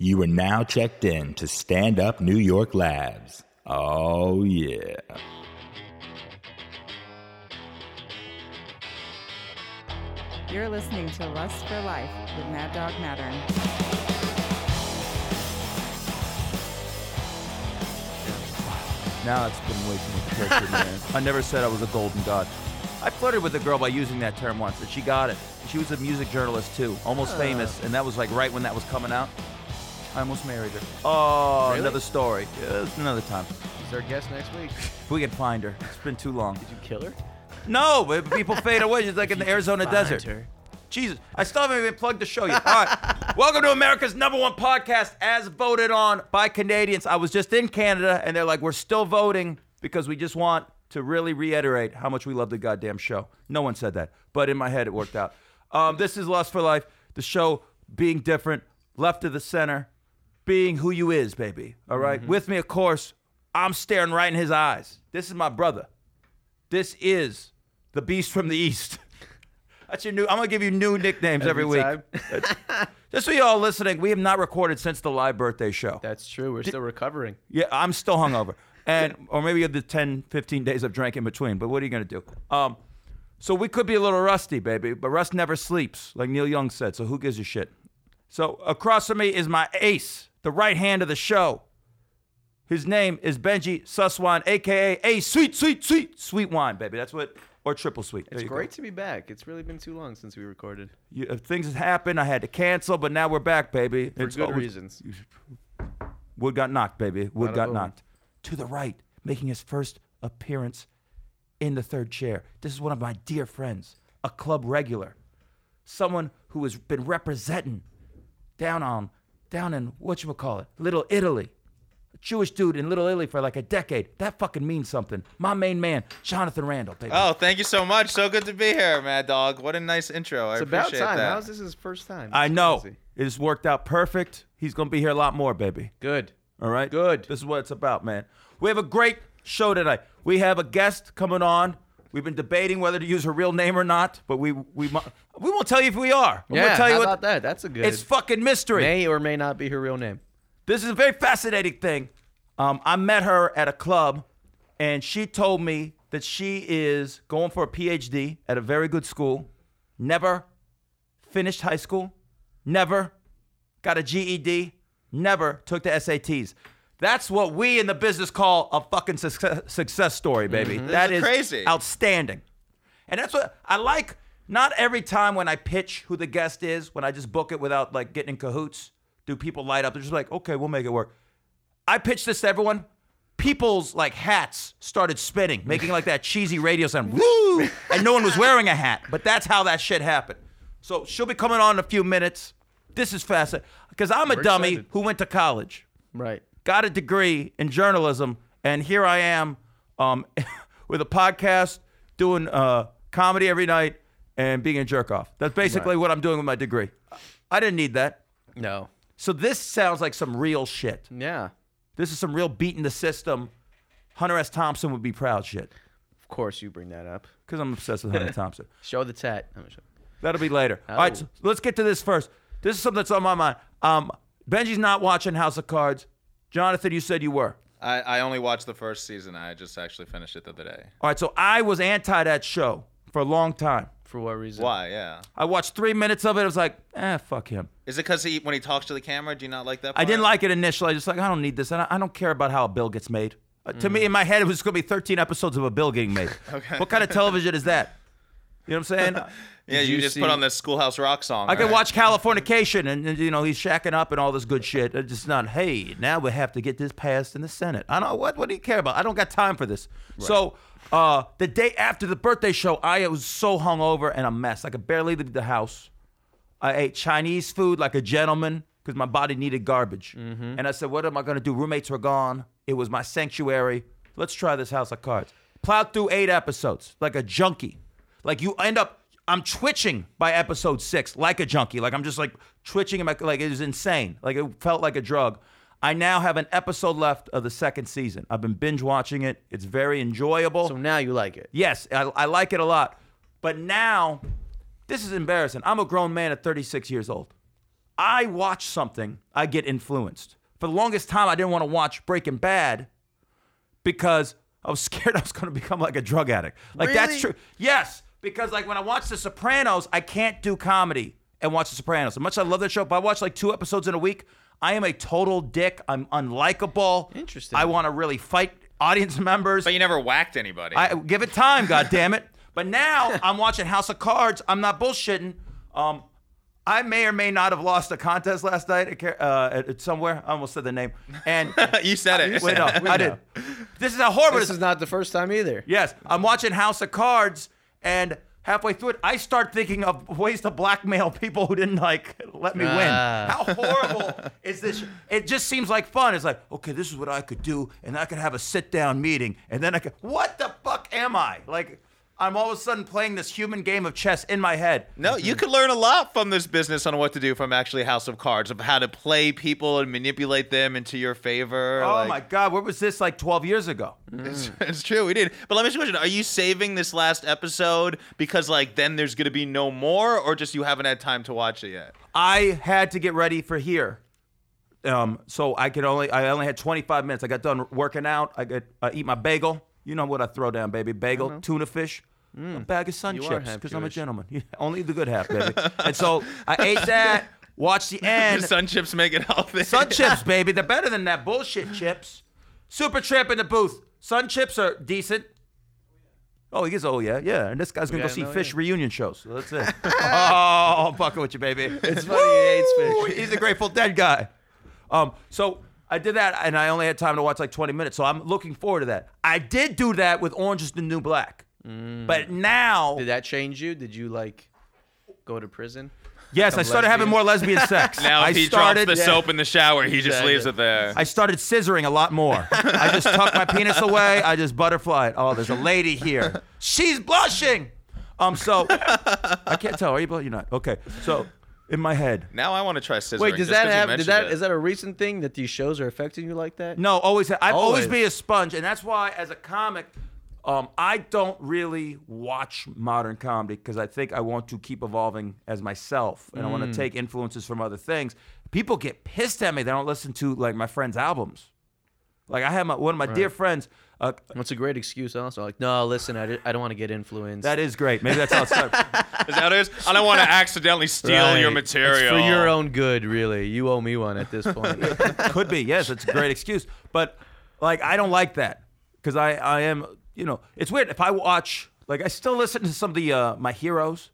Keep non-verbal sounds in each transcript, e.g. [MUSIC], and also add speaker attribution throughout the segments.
Speaker 1: You are now checked in to Stand Up New York Labs. Oh, yeah.
Speaker 2: You're listening to Lust for Life with Mad Dog Mattern.
Speaker 3: Now it's been way too much pressure, man. I never said I was a golden god. I flirted with a girl by using that term once, and she got it. She was a music journalist too, almost famous, and that was like right when that was coming out. I almost married her. Oh,
Speaker 4: Really?
Speaker 3: another story. Yeah, it's another time.
Speaker 4: Is our guest next week?
Speaker 3: If we can find her, it's been too long.
Speaker 4: Did [LAUGHS] you kill her?
Speaker 3: No, but people fade away. It's like in the Arizona desert. Jesus, I still haven't even plugged the show yet. All right, [LAUGHS] welcome to America's number one podcast, as voted on by Canadians. I was just in Canada, and they're like, we're still voting because we just want to really reiterate how much we love the goddamn show. No one said that, but in my head, it worked out. Um, this is Lust for Life, the show being different, left of the center, being who you is, baby. All right? with me, of course. I'm staring right in his eyes. This is my brother. This is the beast from the east. [LAUGHS] That's your new. I'm gonna give you new nicknames every, week.
Speaker 4: time.
Speaker 3: Just so you all listening, we have not recorded since the live birthday show.
Speaker 4: That's true. We're still recovering.
Speaker 3: yeah, I'm still hungover, and or maybe the 10, 15 days I've drank in between. But what are you gonna do? Um, so we could be a little rusty, baby. But rust never sleeps, like Neil Young said. So who gives a shit? So across from me is my ace, the right hand of the show. His name is Benji Suswan, aka A Sweet Sweet Sweet Sweet Wine, baby. That's what, or triple sweet. There
Speaker 4: It's
Speaker 3: you go.
Speaker 4: great to be back. It's really been too long since we recorded.
Speaker 3: You, uh, things had happened. I had to cancel, but now we're back, baby.
Speaker 4: For good reasons.
Speaker 3: Wood got knocked, baby. Wood
Speaker 4: Bada
Speaker 3: got
Speaker 4: boom.
Speaker 3: knocked. To the right, making his first appearance in the third chair. This is one of my dear friends, a club regular, someone who has been representing down on down in whatchamacallit, Little Italy. A Jewish dude in Little Italy for like a decade. That fucking means something. My main man, Jonathan Randall, baby.
Speaker 5: Oh, thank you so much. So good to be here, Mad Dog. What a nice intro. I
Speaker 4: It's about
Speaker 5: appreciate
Speaker 4: time.
Speaker 5: that.
Speaker 4: How's this his first time?
Speaker 3: I
Speaker 4: That's
Speaker 3: know.
Speaker 4: crazy.
Speaker 3: It's worked out perfect. He's gonna be here a lot more, baby.
Speaker 4: Good.
Speaker 3: All right.
Speaker 4: Good.
Speaker 3: This is what it's about, man. We have a great show tonight. We have a guest coming on. We've been debating whether to use her real name or not, but we we mu- we won't tell you if we are. We're
Speaker 4: yeah.
Speaker 3: gonna tell you
Speaker 4: how
Speaker 3: what,
Speaker 4: about that? That's a good.
Speaker 3: It's fucking mystery.
Speaker 4: may or may not be her real name.
Speaker 3: This is a very fascinating thing. Um, I met her at a club, and she told me that she is going for a PhD at a very good school. Never finished high school. Never got a GED. Never took the SATs. That's what we in the business call a fucking success, success story, baby. That
Speaker 5: Mm-hmm. is
Speaker 3: is
Speaker 5: crazy.
Speaker 3: outstanding. And that's what I like. Not every time when I pitch who the guest is, when I just book it without like getting in cahoots, do people light up? They're just like, okay, we'll make it work. I pitched this to everyone. People's like hats started spinning, making like that cheesy radio sound, woo, and no one was wearing a hat. But that's how that shit happened. So she'll be coming on in a few minutes. This is fascinating because I'm a dummy
Speaker 4: excited.
Speaker 3: who went to college
Speaker 4: Right.
Speaker 3: got a degree in journalism, and here I am um, [LAUGHS] with a podcast, doing uh, comedy every night, and being a jerk off. That's basically what I'm doing with my degree. I didn't need that.
Speaker 4: No.
Speaker 3: So this sounds like some real shit.
Speaker 4: Yeah.
Speaker 3: This is some real beating the system. Hunter S. Thompson would be proud shit
Speaker 4: Of course you bring that up.
Speaker 3: because I'm obsessed with Hunter Thompson.
Speaker 4: Show the tat. I'm gonna show-
Speaker 3: That'll be later. All right,
Speaker 4: Oh.
Speaker 3: so let's get to this first. This is something that's on my mind. Um, Benji's not watching House of Cards. Jonathan, you said you were.
Speaker 5: I, I only watched the first season. I just actually finished it the other day.
Speaker 3: All right, so I was anti that show for a long time.
Speaker 4: For what reason?
Speaker 5: Why? Yeah.
Speaker 3: I watched three minutes of it. I was like, eh, fuck him.
Speaker 5: Is it because he when he talks to the camera? Do you not like that?
Speaker 3: I didn't
Speaker 5: part?
Speaker 3: like it initially. I just like, I don't need this. And I, I don't care about how a bill gets made. Uh, to me, in my head, it was going to be 13 episodes of a bill getting made.
Speaker 5: Okay.
Speaker 3: What kind of television is that? You know what I'm saying?
Speaker 5: Yeah,
Speaker 4: Did
Speaker 5: you,
Speaker 4: you
Speaker 5: just
Speaker 4: see-
Speaker 5: put on this Schoolhouse Rock song.
Speaker 3: I could
Speaker 5: right?
Speaker 3: watch Californication and, and, you know, he's shacking up and all this good shit. It's just not, hey, now we have to get this passed in the Senate. I don't, what, what do you care about? I don't got time for this. So, uh, the day after the birthday show, I was so hungover and a mess. I could barely leave the house. I ate Chinese food like a gentleman because my body needed garbage. And I said, What am I going to do? Roommates were gone. It was my sanctuary. Let's try this house of cards. Plowed through eight episodes like a junkie. Like you end up, I'm twitching by episode six like a junkie. Like I'm just like twitching in my, like it was insane. Like it felt like a drug. I now have an episode left of the second season. I've been binge watching it. It's very enjoyable.
Speaker 4: So now you like it.
Speaker 3: Yes, I, I like it a lot. But now, this is embarrassing. I'm a grown man at 36 years old. I watch something, I get influenced. For the longest time, I didn't want to watch Breaking Bad because I was [LAUGHS] scared I was going to become like a drug addict. Like that's true.
Speaker 4: Really?
Speaker 3: Yes, because like when I watch The Sopranos, I can't do comedy and watch The Sopranos. As much as I love that show, if I watch like two episodes in a week, I am a total dick. I'm unlikable.
Speaker 4: Interesting.
Speaker 3: I want to really fight audience [LAUGHS] members.
Speaker 5: But you never whacked anybody.
Speaker 3: I give it time, God damn it! [LAUGHS] But now I'm watching House of Cards. I'm not bullshitting. Um, I may or may not have lost a contest last night at, Car- uh, at, at somewhere. I almost said the name. And
Speaker 5: [LAUGHS] you said it. [LAUGHS]
Speaker 3: wait, no, I did. This is how horrible
Speaker 4: This
Speaker 3: it
Speaker 4: is
Speaker 3: is.
Speaker 4: not the first time either.
Speaker 3: Yes, I'm watching House of Cards, and halfway through it, I start thinking of ways to blackmail people who didn't like let me win.
Speaker 4: Ah.
Speaker 3: How horrible is this? It just seems like fun. It's like, okay, this is what I could do, and I could have a sit-down meeting, and then I could. What the fuck am I? Like, I'm all of a sudden playing this human game of chess in my head.
Speaker 5: No, you could learn a lot from this business on what to do from actually House of Cards, of how to play people and manipulate them into your favor.
Speaker 3: Oh
Speaker 5: like-
Speaker 3: my god, where was this like 12 years ago?
Speaker 5: It's, it's true, we did. But let me ask you a question: Are you saving this last episode because, like, then there's gonna be no more, or just you haven't had time to watch it yet?
Speaker 3: I had to get ready for here. Um, so I could only I only had 25 minutes. I got done working out. I got I eat my bagel. You know what I throw down, baby? Bagel, tuna fish, a bag of sun
Speaker 4: Mm-hmm. Mm. You are
Speaker 3: chips
Speaker 4: half
Speaker 3: because I'm a
Speaker 4: Jewish.
Speaker 3: gentleman. [LAUGHS] Yeah, only the good half, baby. and so I ate
Speaker 4: [LAUGHS]
Speaker 3: that. Watched the end.
Speaker 5: Sun chips make it healthy.
Speaker 3: Sun chips, baby. They're better than that bullshit chips. Super Tramp in the booth. Sun chips are decent. Oh, he is. Oh, yeah, yeah. And this guy's gonna go
Speaker 4: Yeah,
Speaker 3: see
Speaker 4: no,
Speaker 3: fish
Speaker 4: yeah.
Speaker 3: reunion shows. So that's
Speaker 4: [LAUGHS]
Speaker 3: it. oh, I'm fucking with you, baby. It's
Speaker 4: funny he hates fish.
Speaker 3: He's a Grateful Dead guy. Um, so I did that, and I only had time to watch like 20 minutes. So I'm looking forward to that. I did do that with Orange Is the New Black, but now
Speaker 4: Mm. Did that change you? Did you like go to prison?
Speaker 3: yes, I started having
Speaker 4: lesbian?
Speaker 3: more lesbian
Speaker 4: [LAUGHS]
Speaker 3: sex.
Speaker 5: [LAUGHS] Now
Speaker 3: I
Speaker 5: if he
Speaker 3: started,
Speaker 5: drops the soap in the shower, he just
Speaker 4: Exactly.
Speaker 5: leaves it there.
Speaker 3: I started scissoring a lot more. I just tucked my penis away. I just butterfly it. Oh, there's a lady here. She's blushing. Um, so I can't tell. Are you blushing? You're not. Okay. So in my head.
Speaker 5: now I want to try scissoring.
Speaker 4: Wait, does
Speaker 5: just
Speaker 4: that
Speaker 5: 'cause you
Speaker 4: have? Did
Speaker 5: mentioned
Speaker 4: that
Speaker 5: it.
Speaker 4: is that a recent thing that these shows are affecting you like that?
Speaker 3: No, always. I've always,
Speaker 4: Always.
Speaker 3: been a sponge, and that's why as a comic, um, I don't really watch modern comedy because I think I want to keep evolving as myself, and I want to take influences from other things. People get pissed at me. They don't listen to like my friends' albums. Like I have my one of my dear friends. Uh,
Speaker 4: That's a great excuse. Also, like, no, listen, I, di- I don't want to get influenced.
Speaker 3: that is great. Maybe that's how it started.
Speaker 5: [LAUGHS] Is that what it is? I don't want to accidentally steal
Speaker 4: Right.
Speaker 5: your
Speaker 4: It's
Speaker 5: material
Speaker 4: for your own good, really. You owe me one at this point.
Speaker 3: could be yes it's a great excuse but like i don't like that because i i am you know it's weird if i watch like i still listen to some of the uh, my heroes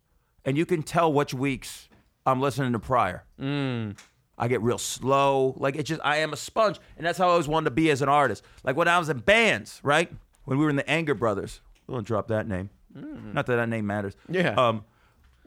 Speaker 3: and you can tell which weeks i'm listening to prior mm. i get real slow like it just i am a sponge and that's how i always wanted to be as an artist like when i was in bands right when we were in the anger brothers we won't drop that name not that that name matters
Speaker 4: Yeah.
Speaker 3: um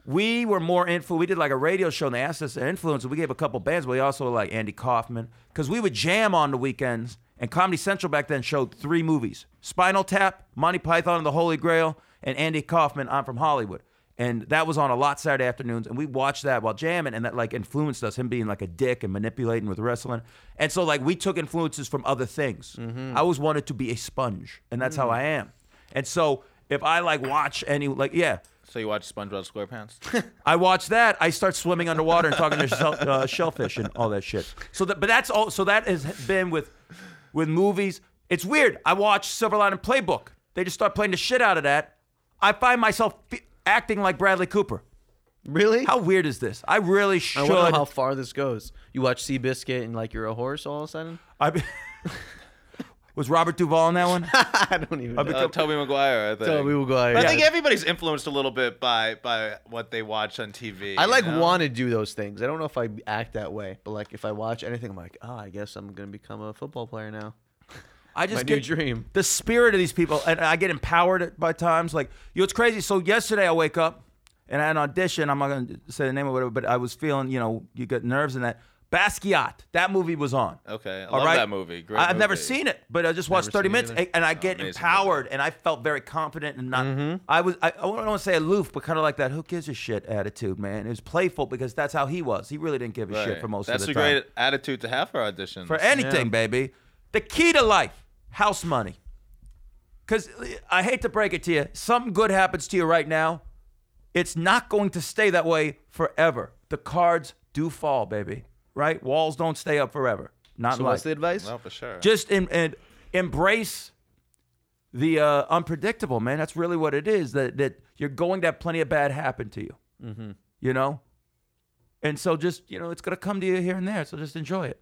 Speaker 3: we were more influ. We did like a radio show, and they asked us to influence. and We gave a couple bands, but we also were like Andy Kaufman because we would jam on the weekends. And Comedy Central back then showed three movies: Spinal Tap, Monty Python and the Holy Grail, and Andy Kaufman. I'm from Hollywood, and that was on a lot Saturday afternoons. And we watched that while jamming, and that like influenced us. Him being like a dick and manipulating with wrestling, and so like we took influences from other things. I always wanted to be a sponge, and that's how I am. And so if I like watch any like yeah.
Speaker 5: So you watch SpongeBob SquarePants? Uh,
Speaker 3: I watch that. I start swimming underwater and talking to shell, uh, shellfish and all that shit. So that, but that's all. So that has been with, with movies. It's weird. I watch Silver Lining Playbook. They just start playing the shit out of that. I find myself fe- acting like Bradley Cooper.
Speaker 4: [LAUGHS] really?
Speaker 3: How weird is this? I really
Speaker 4: I
Speaker 3: should.
Speaker 4: wonder how far this goes. You watch Seabiscuit and like you're a horse all of a [LAUGHS] sudden?
Speaker 3: I be- [LAUGHS] was Robert Duvall in that
Speaker 4: [LAUGHS]
Speaker 3: one?
Speaker 4: I don't even know.
Speaker 5: Uh, Toby Maguire, I think.
Speaker 4: So we will go
Speaker 5: But I think everybody's influenced a little bit by by what they watch on TV.
Speaker 4: I
Speaker 5: you
Speaker 4: like
Speaker 5: know?
Speaker 4: want to do those things. I don't know if I act that way, but like if I watch anything, I'm like, oh, I guess I'm gonna become a football player now.
Speaker 3: I just
Speaker 4: My new
Speaker 3: get-
Speaker 4: dream.
Speaker 3: the spirit of these people, and I get empowered by times. Like, you know, it's crazy. So yesterday I wake up and I had an audition. I'm not gonna say the name or whatever, but I was feeling, you know, you got nerves and that. Basquiat, that movie was on.
Speaker 5: Okay, I
Speaker 3: All
Speaker 5: love
Speaker 3: right?
Speaker 5: that movie. Great
Speaker 3: I- I've never
Speaker 5: movie.
Speaker 3: seen it, but I just watched 30
Speaker 4: Never seen it
Speaker 3: minutes,
Speaker 4: either.
Speaker 3: and I get
Speaker 5: Oh, amazing Mm-hmm.
Speaker 3: empowered, and I felt very confident and not. I was I, I don't want to say aloof, but kind of like that who gives a shit attitude, man. It was playful because that's how he was. He really didn't give a shit
Speaker 5: Right.
Speaker 3: for most
Speaker 5: That's
Speaker 3: of the
Speaker 5: a
Speaker 3: time
Speaker 5: great attitude to have for auditions.
Speaker 3: for anything, baby. The key to life, house money. Because I hate to break it to you, something good happens to you right now. It's not going to stay that way forever. The cards do fall, baby. Right? Walls don't stay up forever. Not
Speaker 4: So
Speaker 3: like
Speaker 4: what's the advice?
Speaker 5: Well, for sure.
Speaker 3: just in, and embrace the uh, unpredictable, man. That's really what it is. That that you're going to have plenty of bad happen to you.
Speaker 5: Mm-hmm.
Speaker 3: You know, and so just you know, it's gonna come to you here and there. So just enjoy it.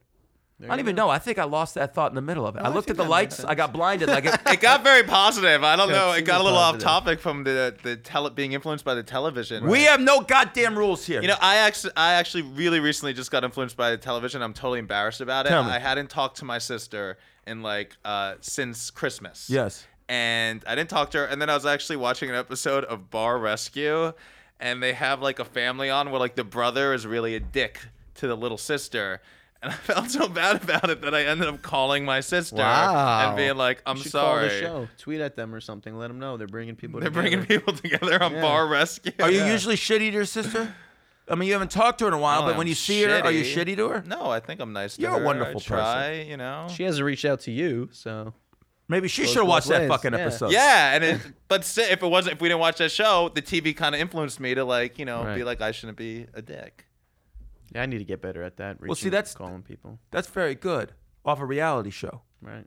Speaker 3: I don't even know. I think I lost that thought in the middle of it. I looked at the lights. I got blinded. [LAUGHS] Like it,
Speaker 5: it got very positive. I don't
Speaker 4: Yeah,
Speaker 5: know.
Speaker 4: it's
Speaker 5: It got a
Speaker 4: super
Speaker 5: little off
Speaker 4: positive.
Speaker 5: topic from the the tele- being influenced by the television.
Speaker 3: we have no goddamn rules here.
Speaker 5: You know, I actually, I actually really recently just got influenced by the television. I'm totally embarrassed about it.
Speaker 3: Tell me.
Speaker 5: I hadn't talked to my sister in like uh, since Christmas.
Speaker 3: Yes.
Speaker 5: And I didn't talk to her. And then I was actually watching an episode of Bar Rescue, and they have like a family on where like the brother is really a dick to the little sister. And [LAUGHS] I felt so bad about it that I ended up calling my sister
Speaker 4: Wow.
Speaker 5: and being like, "I'm
Speaker 4: You should
Speaker 5: sorry."
Speaker 4: Call the show. Tweet at them or something. Let them know they're bringing people.
Speaker 5: They're
Speaker 4: together.
Speaker 5: bringing people [LAUGHS] together on
Speaker 4: Yeah.
Speaker 5: Bar Rescue.
Speaker 3: Are you usually shitty to your sister? I mean, you haven't talked to her in a while,
Speaker 5: No,
Speaker 3: but
Speaker 5: Oh, I'm
Speaker 3: when you see her, are you
Speaker 5: shitty.
Speaker 3: shitty to her?
Speaker 5: No, I think I'm nice to
Speaker 3: You're a
Speaker 5: her. I
Speaker 3: wonderful person.
Speaker 5: try, You know.
Speaker 4: She hasn't reached out to you, so
Speaker 3: Maybe she
Speaker 4: Goes
Speaker 3: should have
Speaker 4: both
Speaker 3: watched that
Speaker 4: ways,
Speaker 3: fucking
Speaker 4: yeah.
Speaker 3: episode.
Speaker 5: yeah, and it, but si- if it wasn't, if we didn't watch that show, the TV kind of influenced me to like, you know, be
Speaker 4: Right.
Speaker 5: like, I shouldn't be a dick.
Speaker 4: yeah, I need to get better at that. Reaching,
Speaker 3: Well, see, that's-
Speaker 4: calling people,
Speaker 3: That's very good off a reality show.
Speaker 4: right?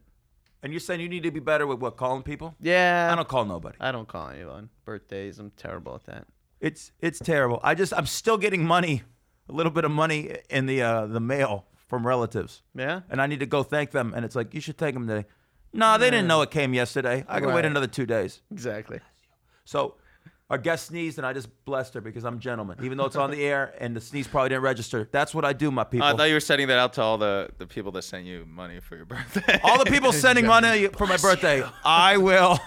Speaker 3: And you're saying you need to be better with what calling people?
Speaker 4: Yeah,
Speaker 3: I don't call nobody.
Speaker 4: I don't call anyone. Birthdays, I'm terrible at that.
Speaker 3: It's it's terrible. I just I'm still getting money, a little bit of money in the uh, the mail from relatives,
Speaker 4: Yeah,
Speaker 3: and I need to go thank them. And it's like you should thank them today. No, they didn't know it came yesterday. I can wait
Speaker 4: Right.
Speaker 3: another two days. [LAUGHS]
Speaker 4: exactly.
Speaker 3: So our guest sneezed, and I just blessed her because I'm a gentleman, even though it's on the air and the sneeze probably didn't register. That's what I do, my people.
Speaker 5: I thought you were sending that out to all the the people that sent you money for your birthday.
Speaker 3: All the
Speaker 4: [LAUGHS]
Speaker 5: [LAUGHS]
Speaker 3: people sending money for my birthday, I will.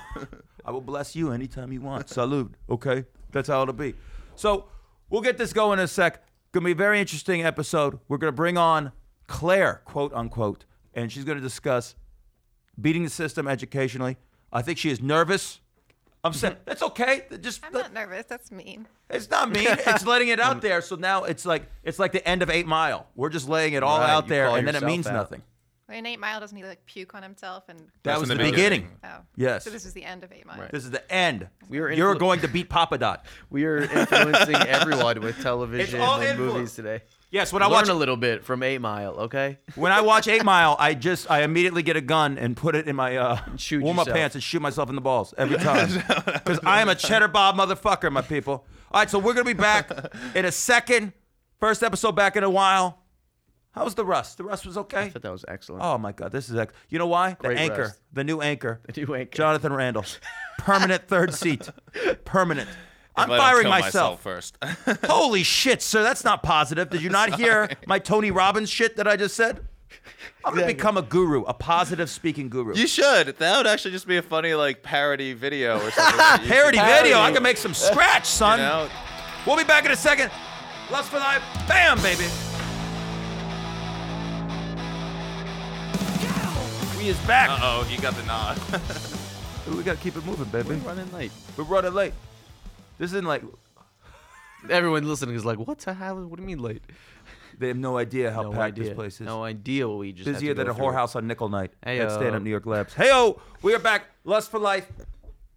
Speaker 3: I will bless you anytime you want. Salute. Okay, that's how it'll be. So we'll get this going in a sec. Gonna be a very interesting episode. We're gonna bring on Claire, quote unquote, and she's gonna discuss beating the system educationally. I think she is nervous. I'm
Speaker 4: [LAUGHS]
Speaker 3: saying that's okay. Just
Speaker 6: I'm not nervous. That's mean.
Speaker 3: it's not mean. It's letting
Speaker 4: [LAUGHS]
Speaker 3: it out there. So now it's like it's like the end of Eight Mile. We're just laying it all
Speaker 4: Right,
Speaker 3: out
Speaker 4: you
Speaker 3: there,
Speaker 4: call
Speaker 3: and then it
Speaker 4: yourself
Speaker 3: means
Speaker 4: out.
Speaker 3: nothing.
Speaker 6: I mean, Eight Mile doesn't he like puke on himself and
Speaker 3: That
Speaker 5: That's
Speaker 3: was
Speaker 5: in
Speaker 3: the
Speaker 5: the beginning.
Speaker 3: beginning.
Speaker 6: oh
Speaker 3: Yes.
Speaker 6: So this is the end of Eight Mile.
Speaker 4: Right.
Speaker 3: This is the end.
Speaker 4: We were
Speaker 3: You're
Speaker 4: influ-
Speaker 3: going to beat Papa Dot.
Speaker 4: We are influencing everyone with television
Speaker 3: all
Speaker 4: and
Speaker 3: influ-
Speaker 4: movies today.
Speaker 3: Yes, when I
Speaker 4: Learn
Speaker 3: watch
Speaker 4: a little bit from Eight Mile, okay?
Speaker 3: when I watch Eight Mile, I just I immediately get a gun and put it in my uh,
Speaker 4: shoot
Speaker 3: warm up
Speaker 4: yourself.
Speaker 3: pants and shoot myself in the balls
Speaker 4: [LAUGHS]
Speaker 3: every time because I am a cheddar bob motherfucker, my people. All right, so we're gonna be
Speaker 4: [LAUGHS]
Speaker 3: back in a second. First episode back in a while. How was the rust? The rust was okay.
Speaker 4: I thought that was excellent.
Speaker 3: Oh my god, this is ex- you know why? The
Speaker 4: Great
Speaker 3: anchor,
Speaker 4: rest.
Speaker 3: the new anchor,
Speaker 4: The new anchor.
Speaker 3: Jonathan
Speaker 4: [LAUGHS]
Speaker 3: Randall, permanent third seat, permanent. I'm
Speaker 5: But I'll
Speaker 3: firing
Speaker 5: kill
Speaker 3: myself.
Speaker 5: first.
Speaker 3: [LAUGHS] Holy shit, sir, that's not positive. Did you
Speaker 5: [LAUGHS]
Speaker 3: not hear my Tony Robbins shit that I just said? I'm gonna become a guru, a positive speaking guru.
Speaker 5: you should. That would actually just be a funny like parody video
Speaker 3: [LAUGHS]
Speaker 5: or something. that you should
Speaker 3: Parody
Speaker 5: do,
Speaker 3: video, I can make some scratch, son.
Speaker 5: You know?
Speaker 3: We'll be back in a second. Lust for life, bam, baby. We is back.
Speaker 5: Uh oh, he got the nod.
Speaker 3: [LAUGHS] We gotta keep it moving, baby.
Speaker 4: running late.
Speaker 3: We're running late. This isn't like
Speaker 4: Everyone listening is like, "What the hell? What do you mean late?"
Speaker 3: they have no idea how
Speaker 4: No
Speaker 3: packed
Speaker 4: idea.
Speaker 3: this place is.
Speaker 4: No idea what we just had
Speaker 3: busier
Speaker 4: to
Speaker 3: than
Speaker 4: go
Speaker 3: a
Speaker 4: through. uh,
Speaker 3: whorehouse on nickel night at
Speaker 4: Heyo.
Speaker 3: stand up new york labs hey oh, we are back lust for life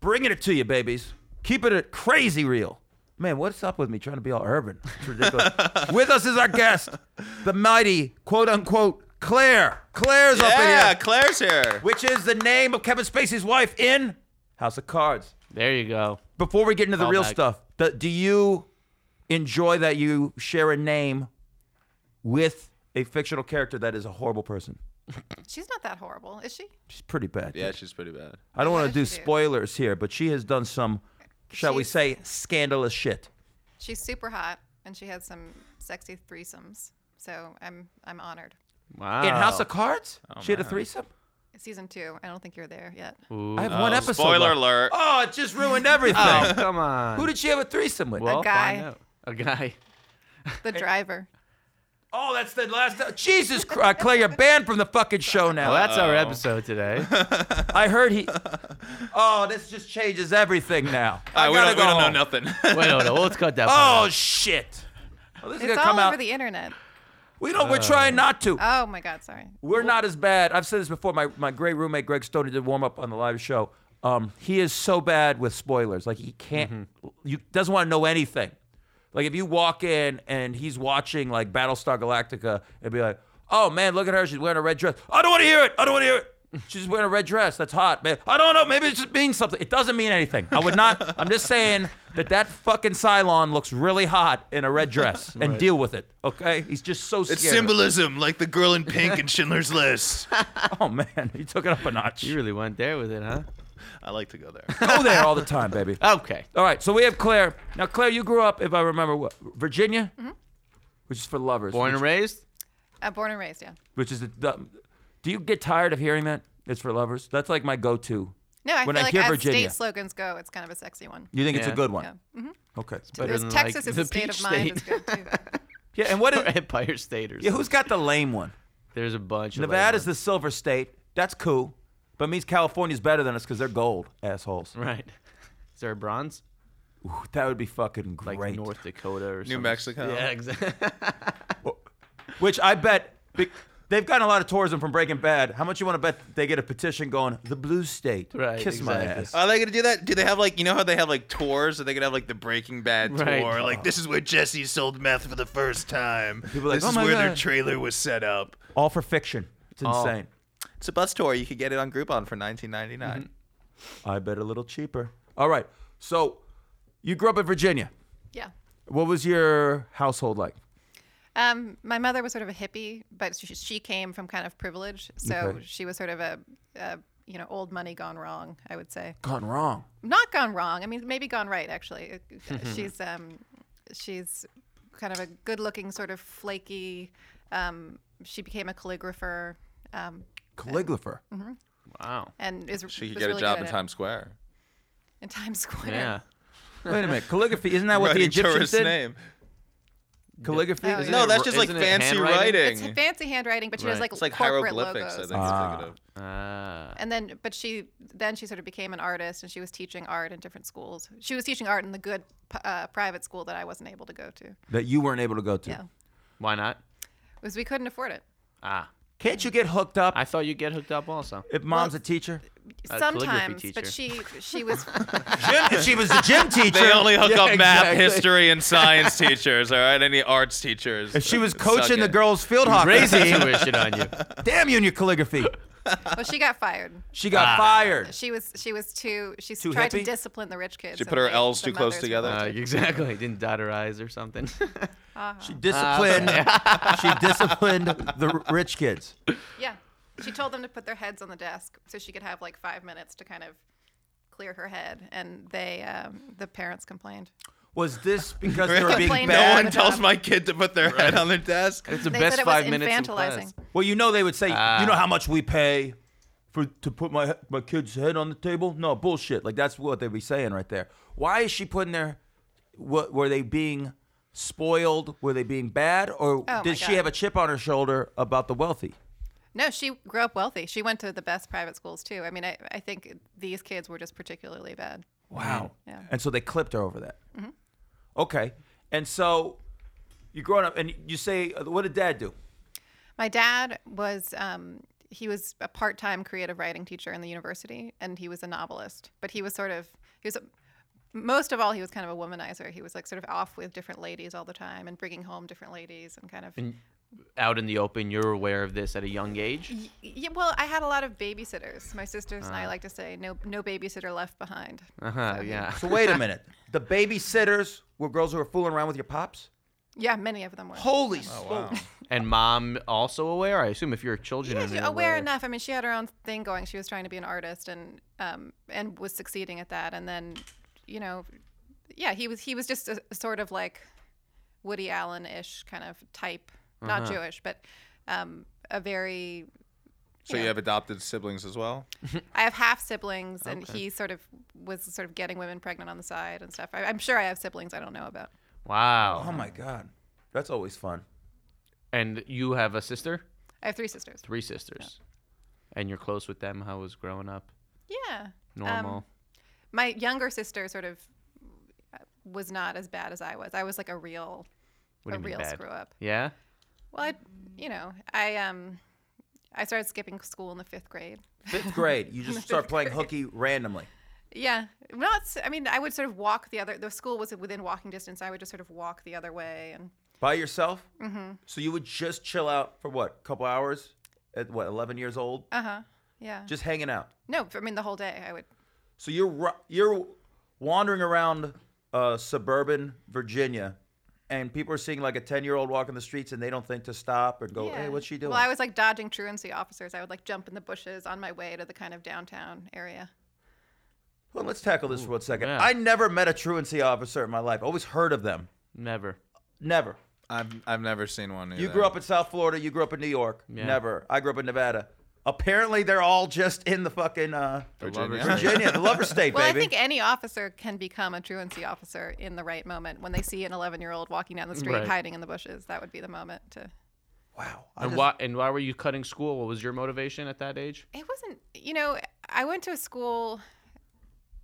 Speaker 3: bringing it to you babies keeping it crazy real man what's up with me trying to be all urban it's
Speaker 4: [LAUGHS]
Speaker 3: ridiculous with us is our guest the mighty quote unquote claire claire's up in
Speaker 5: yeah,
Speaker 3: here
Speaker 5: Claire's here.
Speaker 3: which is the name of kevin spacey's wife in house of cards
Speaker 4: There you go.
Speaker 3: before we get into the
Speaker 4: Call
Speaker 3: real
Speaker 4: back.
Speaker 3: stuff th- do you enjoy that you share a name with a fictional character that is a horrible person
Speaker 6: She's not that horrible, is she?
Speaker 3: She's pretty bad.
Speaker 5: Yeah, she's pretty bad.
Speaker 3: I don't want to
Speaker 6: does
Speaker 3: do
Speaker 6: she do?
Speaker 3: spoilers here, but she has done some, shall we
Speaker 6: She's-
Speaker 3: say, scandalous shit.
Speaker 6: She's super hot and she had some sexy threesomes. So I'm I'm honored.
Speaker 4: Wow.
Speaker 3: In House of Cards, Oh. she had a threesome.
Speaker 6: Season two. I don't think you're there yet.
Speaker 3: I have one
Speaker 5: Oh,
Speaker 3: episode.
Speaker 5: Spoiler
Speaker 3: left.
Speaker 5: alert.
Speaker 3: Oh, it just ruined everything.
Speaker 4: Oh, [LAUGHS] come on.
Speaker 3: Who did she have a threesome with?
Speaker 4: well,
Speaker 6: guy.
Speaker 4: Find out. A guy.
Speaker 6: The driver.
Speaker 3: Oh, that's the last. Jesus Christ, Clay, you're banned from the fucking show now.
Speaker 4: Well, that's our episode today.
Speaker 3: I heard he. Oh, this just changes everything now. I
Speaker 5: Uh, we
Speaker 3: gotta
Speaker 5: don't,
Speaker 3: go
Speaker 5: we don't
Speaker 3: home.
Speaker 5: know nothing.
Speaker 4: Wait, no,
Speaker 3: [LAUGHS]
Speaker 4: no. Well, let's cut that.
Speaker 3: Oh
Speaker 4: part out.
Speaker 3: shit. Well, this is
Speaker 6: It's
Speaker 3: gonna
Speaker 6: all
Speaker 3: come
Speaker 6: over
Speaker 3: out.
Speaker 6: the internet.
Speaker 3: we don't. We're trying not to.
Speaker 6: Oh my god, sorry.
Speaker 3: We're not as bad. I've said this before. My my great roommate Greg Stoney did warm up on the live show. Um, he is so bad with spoilers. Like he can't. You doesn't want to know anything. Like if you walk in and he's watching like Battlestar Galactica and be like, "Oh man, look at her. She's wearing a red dress. I don't want to hear it. I don't want to hear it." [LAUGHS] She's wearing a red dress. That's hot, man. I don't know. Maybe it just means something. It doesn't mean anything. I would not. I'm just saying that that fucking Cylon looks really hot in a red dress, and deal with it. Okay? He's just so scared.
Speaker 5: It's symbolism, like the girl in pink in Schindler's List.
Speaker 3: Oh man, you took it up a notch.
Speaker 4: You really went there with it, huh?
Speaker 5: [LAUGHS] I like to go there.
Speaker 3: go there all the time, baby.
Speaker 4: Okay.
Speaker 3: All right, so we have Claire. Now, Claire, you grew up, if I remember, what, Virginia, which is for lovers.
Speaker 4: Born
Speaker 3: which,
Speaker 4: and [LAUGHS] raised?
Speaker 6: Uh, born and raised, yeah.
Speaker 3: which is the, the. Do you get tired of hearing that? It's for lovers. That's like my go-to.
Speaker 6: No, I
Speaker 3: When
Speaker 6: feel
Speaker 3: I
Speaker 6: like
Speaker 3: hear
Speaker 6: as
Speaker 3: Virginia.
Speaker 6: state slogans go, it's kind of a sexy one.
Speaker 3: You think it's a
Speaker 4: Yeah.
Speaker 3: good one?
Speaker 6: Yeah.
Speaker 3: Okay.
Speaker 4: Better
Speaker 6: There's
Speaker 4: than, like,
Speaker 6: Texas is
Speaker 4: the
Speaker 6: a state of
Speaker 4: Peach
Speaker 6: mind.
Speaker 4: State.
Speaker 6: Is
Speaker 3: [LAUGHS]
Speaker 6: good too.
Speaker 3: Yeah, and what?
Speaker 4: Or
Speaker 3: Is,
Speaker 4: Empire State or
Speaker 3: yeah,
Speaker 4: something.
Speaker 3: who's got the lame one?
Speaker 4: There's a bunch of
Speaker 3: Nevada's [LAUGHS]
Speaker 4: lame
Speaker 3: the silver state. That's cool, but means California's better than us because they're gold assholes.
Speaker 4: ones. Right. [LAUGHS] Is there a bronze?
Speaker 3: That would be fucking great.
Speaker 4: Like North Dakota or
Speaker 5: New
Speaker 4: something.
Speaker 5: Mexico.
Speaker 4: Yeah, exactly. [LAUGHS]
Speaker 3: Which I bet be- they've gotten a lot of tourism from Breaking Bad. How much you want to bet they get a petition going the blue state?
Speaker 4: Right,
Speaker 3: Kiss my
Speaker 4: exactly.
Speaker 3: ass.
Speaker 5: Are they gonna do that? Do they have like you know how they have like tours? Are they gonna have like the Breaking Bad
Speaker 4: Right.
Speaker 5: tour? Like this is where Jesse sold meth for the first time.
Speaker 3: Oh. People are like,
Speaker 5: this
Speaker 3: "Oh
Speaker 5: is
Speaker 3: my
Speaker 5: where their
Speaker 3: God."
Speaker 5: trailer was set up.
Speaker 3: All for fiction. It's insane.
Speaker 5: It's a bus tour. You could get it on Groupon for 19.99.
Speaker 3: I bet a little cheaper. All right. So you grew up in Virginia.
Speaker 6: yeah.
Speaker 3: What was your household like?
Speaker 6: Um, my mother was sort of a hippie, but she, she came from kind of privilege, so
Speaker 3: Okay.
Speaker 6: she was sort of a, a you know old money gone wrong. I would say
Speaker 3: Gone wrong.
Speaker 6: not gone wrong. I mean, maybe gone right actually. Uh,
Speaker 5: Mm-hmm.
Speaker 6: she's um, she's kind of a good-looking, sort of flaky. Um, she became a calligrapher. Um,
Speaker 3: [LAUGHS] Calligrapher.
Speaker 4: Wow.
Speaker 6: and is
Speaker 5: She could
Speaker 6: was
Speaker 5: get
Speaker 6: really
Speaker 5: a job
Speaker 6: good
Speaker 5: in
Speaker 6: at it.
Speaker 5: Times Square.
Speaker 6: in Times Square.
Speaker 4: Yeah.
Speaker 3: Wait a minute. Calligraphy. Isn't that what the
Speaker 5: Writing
Speaker 3: Egyptians
Speaker 5: tourist
Speaker 3: did?
Speaker 5: name.
Speaker 3: Calligraphy.
Speaker 6: Oh,
Speaker 3: Isn't
Speaker 6: yeah.
Speaker 5: No,
Speaker 4: it-
Speaker 5: that's just like
Speaker 4: isn't it
Speaker 5: fancy
Speaker 4: handwriting?
Speaker 5: writing.
Speaker 6: It's fancy handwriting, but she does
Speaker 4: Right.
Speaker 6: like,
Speaker 5: It's like
Speaker 6: corporate
Speaker 5: hieroglyphics. I
Speaker 6: logos.
Speaker 5: think. Ah.
Speaker 4: Ah.
Speaker 6: And then, but she then she sort of became an artist, and she was teaching art in different schools. She was teaching art in the good p- uh, private school that I wasn't able to go to
Speaker 3: That you weren't able to go to.
Speaker 6: Yeah.
Speaker 4: Why not?
Speaker 6: because we couldn't afford it.
Speaker 4: Ah.
Speaker 3: Can't you get hooked up
Speaker 4: I thought you'd get hooked up also.
Speaker 3: if mom's a teacher?
Speaker 4: A calligraphy
Speaker 6: Sometimes, but
Speaker 4: teacher.
Speaker 6: she she was
Speaker 3: [LAUGHS]
Speaker 4: [LAUGHS]
Speaker 3: Gym, if she was a [LAUGHS] gym teacher.
Speaker 5: [LAUGHS] They only hook
Speaker 3: Yeah,
Speaker 5: up math,
Speaker 3: exactly. [LAUGHS]
Speaker 5: history, and science teachers. All right, any arts teachers.
Speaker 3: If she was
Speaker 5: Suck
Speaker 3: coaching the
Speaker 5: [LAUGHS] it.
Speaker 3: girls' field hockey
Speaker 4: Crazy
Speaker 3: team,
Speaker 4: tuition on you.
Speaker 3: damn you and your calligraphy.
Speaker 6: well, she got fired.
Speaker 3: She got fired.
Speaker 6: She was she was too she
Speaker 3: Too
Speaker 6: tried
Speaker 3: hippie?
Speaker 6: to discipline the rich kids.
Speaker 5: She
Speaker 6: and
Speaker 5: put her
Speaker 6: they-
Speaker 5: L's
Speaker 6: the
Speaker 5: too close
Speaker 6: mothers
Speaker 5: together.
Speaker 6: were-
Speaker 4: Uh, exactly. Didn't dot her eyes or something.
Speaker 3: She disciplined. [LAUGHS] she disciplined the r- rich kids.
Speaker 6: Yeah, she told them to put their heads on the desk so she could have like five minutes to kind of clear her head, and they um, the parents complained.
Speaker 3: Was this because they were being
Speaker 6: Complained
Speaker 5: no
Speaker 6: about
Speaker 3: bad?
Speaker 5: one tells my kid to put their head on their desk.
Speaker 4: It's the
Speaker 6: They
Speaker 4: best
Speaker 6: said it was
Speaker 4: five minutes in class.
Speaker 6: infantilizing.
Speaker 3: Well, you know they would say,
Speaker 4: Ah.
Speaker 3: you know how much we pay for to put my he- my kid's head on the table? No bullshit. Like that's what they'd be saying right there. Why is she putting their? What were they being spoiled? Were they being bad, or
Speaker 6: Oh my
Speaker 3: did she
Speaker 6: God.
Speaker 3: have a chip on her shoulder about the wealthy?
Speaker 6: No, she grew up wealthy. She went to the best private schools too. I mean, I, I think these kids were just particularly bad.
Speaker 3: Wow.
Speaker 6: Yeah.
Speaker 3: Mm-hmm.
Speaker 6: Mm-hmm.
Speaker 3: And so they clipped her over that. Okay. And so you growing up, and you say, what did Dad do?
Speaker 6: My dad was um, he was a part-time creative writing teacher in the university, and he was a novelist. But he was sort of he was a, most of all he was kind of a womanizer. He was like sort of off with different ladies all the time and bringing home different ladies and kind of.
Speaker 4: Out in the open, you're aware of this at a young age.
Speaker 6: [LAUGHS] Y- Yeah, well, I had a lot of babysitters. My sisters and I like to say, no, no babysitter left behind.
Speaker 4: Uh huh. Yeah.
Speaker 3: So wait a minute. The babysitters were girls who were fooling around with your pops?
Speaker 6: Yeah, many of them were.
Speaker 3: Holy smoke.
Speaker 4: And mom also aware. I assume if you're children,
Speaker 6: Yeah,
Speaker 4: and
Speaker 6: she-
Speaker 4: you're
Speaker 6: aware enough. I mean, she had her own thing going. She was trying to be an artist and um, and was succeeding at that. And then, you know, yeah, he was he was just a, a sort of like Woody Allen ish kind of type,
Speaker 4: Uh-huh.
Speaker 6: not Jewish, but um, a very.
Speaker 5: So you have adopted siblings as well.
Speaker 6: I have half siblings, and he sort of was sort of getting women pregnant on the side and stuff. I, I'm sure I have siblings I don't know about.
Speaker 4: Wow.
Speaker 3: Oh
Speaker 6: Um,
Speaker 3: my God. That's always fun.
Speaker 4: And you have a sister,
Speaker 6: I have three sisters.
Speaker 4: three sisters, and you're close with them. How was growing up?
Speaker 6: Yeah.
Speaker 4: Normal.
Speaker 6: Um, my younger sister sort of uh, was not as bad as I was. I was like a real,
Speaker 4: what do you
Speaker 6: a
Speaker 4: mean
Speaker 6: real
Speaker 4: bad?
Speaker 6: screw up.
Speaker 4: Yeah.
Speaker 6: Well, I, you know, I um, I started skipping school in the fifth grade. [LAUGHS]
Speaker 3: Fifth grade, you just start playing hooky randomly.
Speaker 6: Yeah, not. s- I mean, I would sort of walk the other. The school was within walking distance. I would just sort of walk the other way, and
Speaker 3: By yourself? Mm-hmm. So you would just chill out for what, couple hours? At what, 11 years old?
Speaker 6: uh huh, yeah.
Speaker 3: Just hanging out.
Speaker 6: no, I mean the whole day. I would.
Speaker 3: So you're ru- you're wandering around uh, suburban Virginia, and people are seeing like a 10 year old walking the streets, and they don't think to stop and go,
Speaker 6: Yeah.
Speaker 3: Oh, "Hey, what's she doing?"
Speaker 6: Well, I was like dodging truancy officers. I would like jump in the bushes on my way to the kind of downtown area.
Speaker 3: Well, let's tackle this for one second.
Speaker 4: yeah.
Speaker 3: I never met a truancy officer in my life. Always heard of them.
Speaker 4: Never.
Speaker 3: Never.
Speaker 5: I've I've never seen one. Either.
Speaker 3: You grew up in South Florida. You grew up in New York.
Speaker 4: Yeah.
Speaker 3: Never. I grew up in Nevada. Apparently, they're all just in the fucking uh,
Speaker 5: Virginia.
Speaker 3: [LAUGHS] Virginia, the lover state,
Speaker 6: Well,
Speaker 3: baby.
Speaker 6: I think any officer can become a truancy officer in the right moment when they see an 11 year old walking down the street
Speaker 4: Right.
Speaker 6: hiding in the bushes. That would be the moment to.
Speaker 3: wow. I
Speaker 4: And
Speaker 3: just-
Speaker 4: why? And why were you cutting school? What was your motivation at that age?
Speaker 6: It wasn't, you know, I went to a school.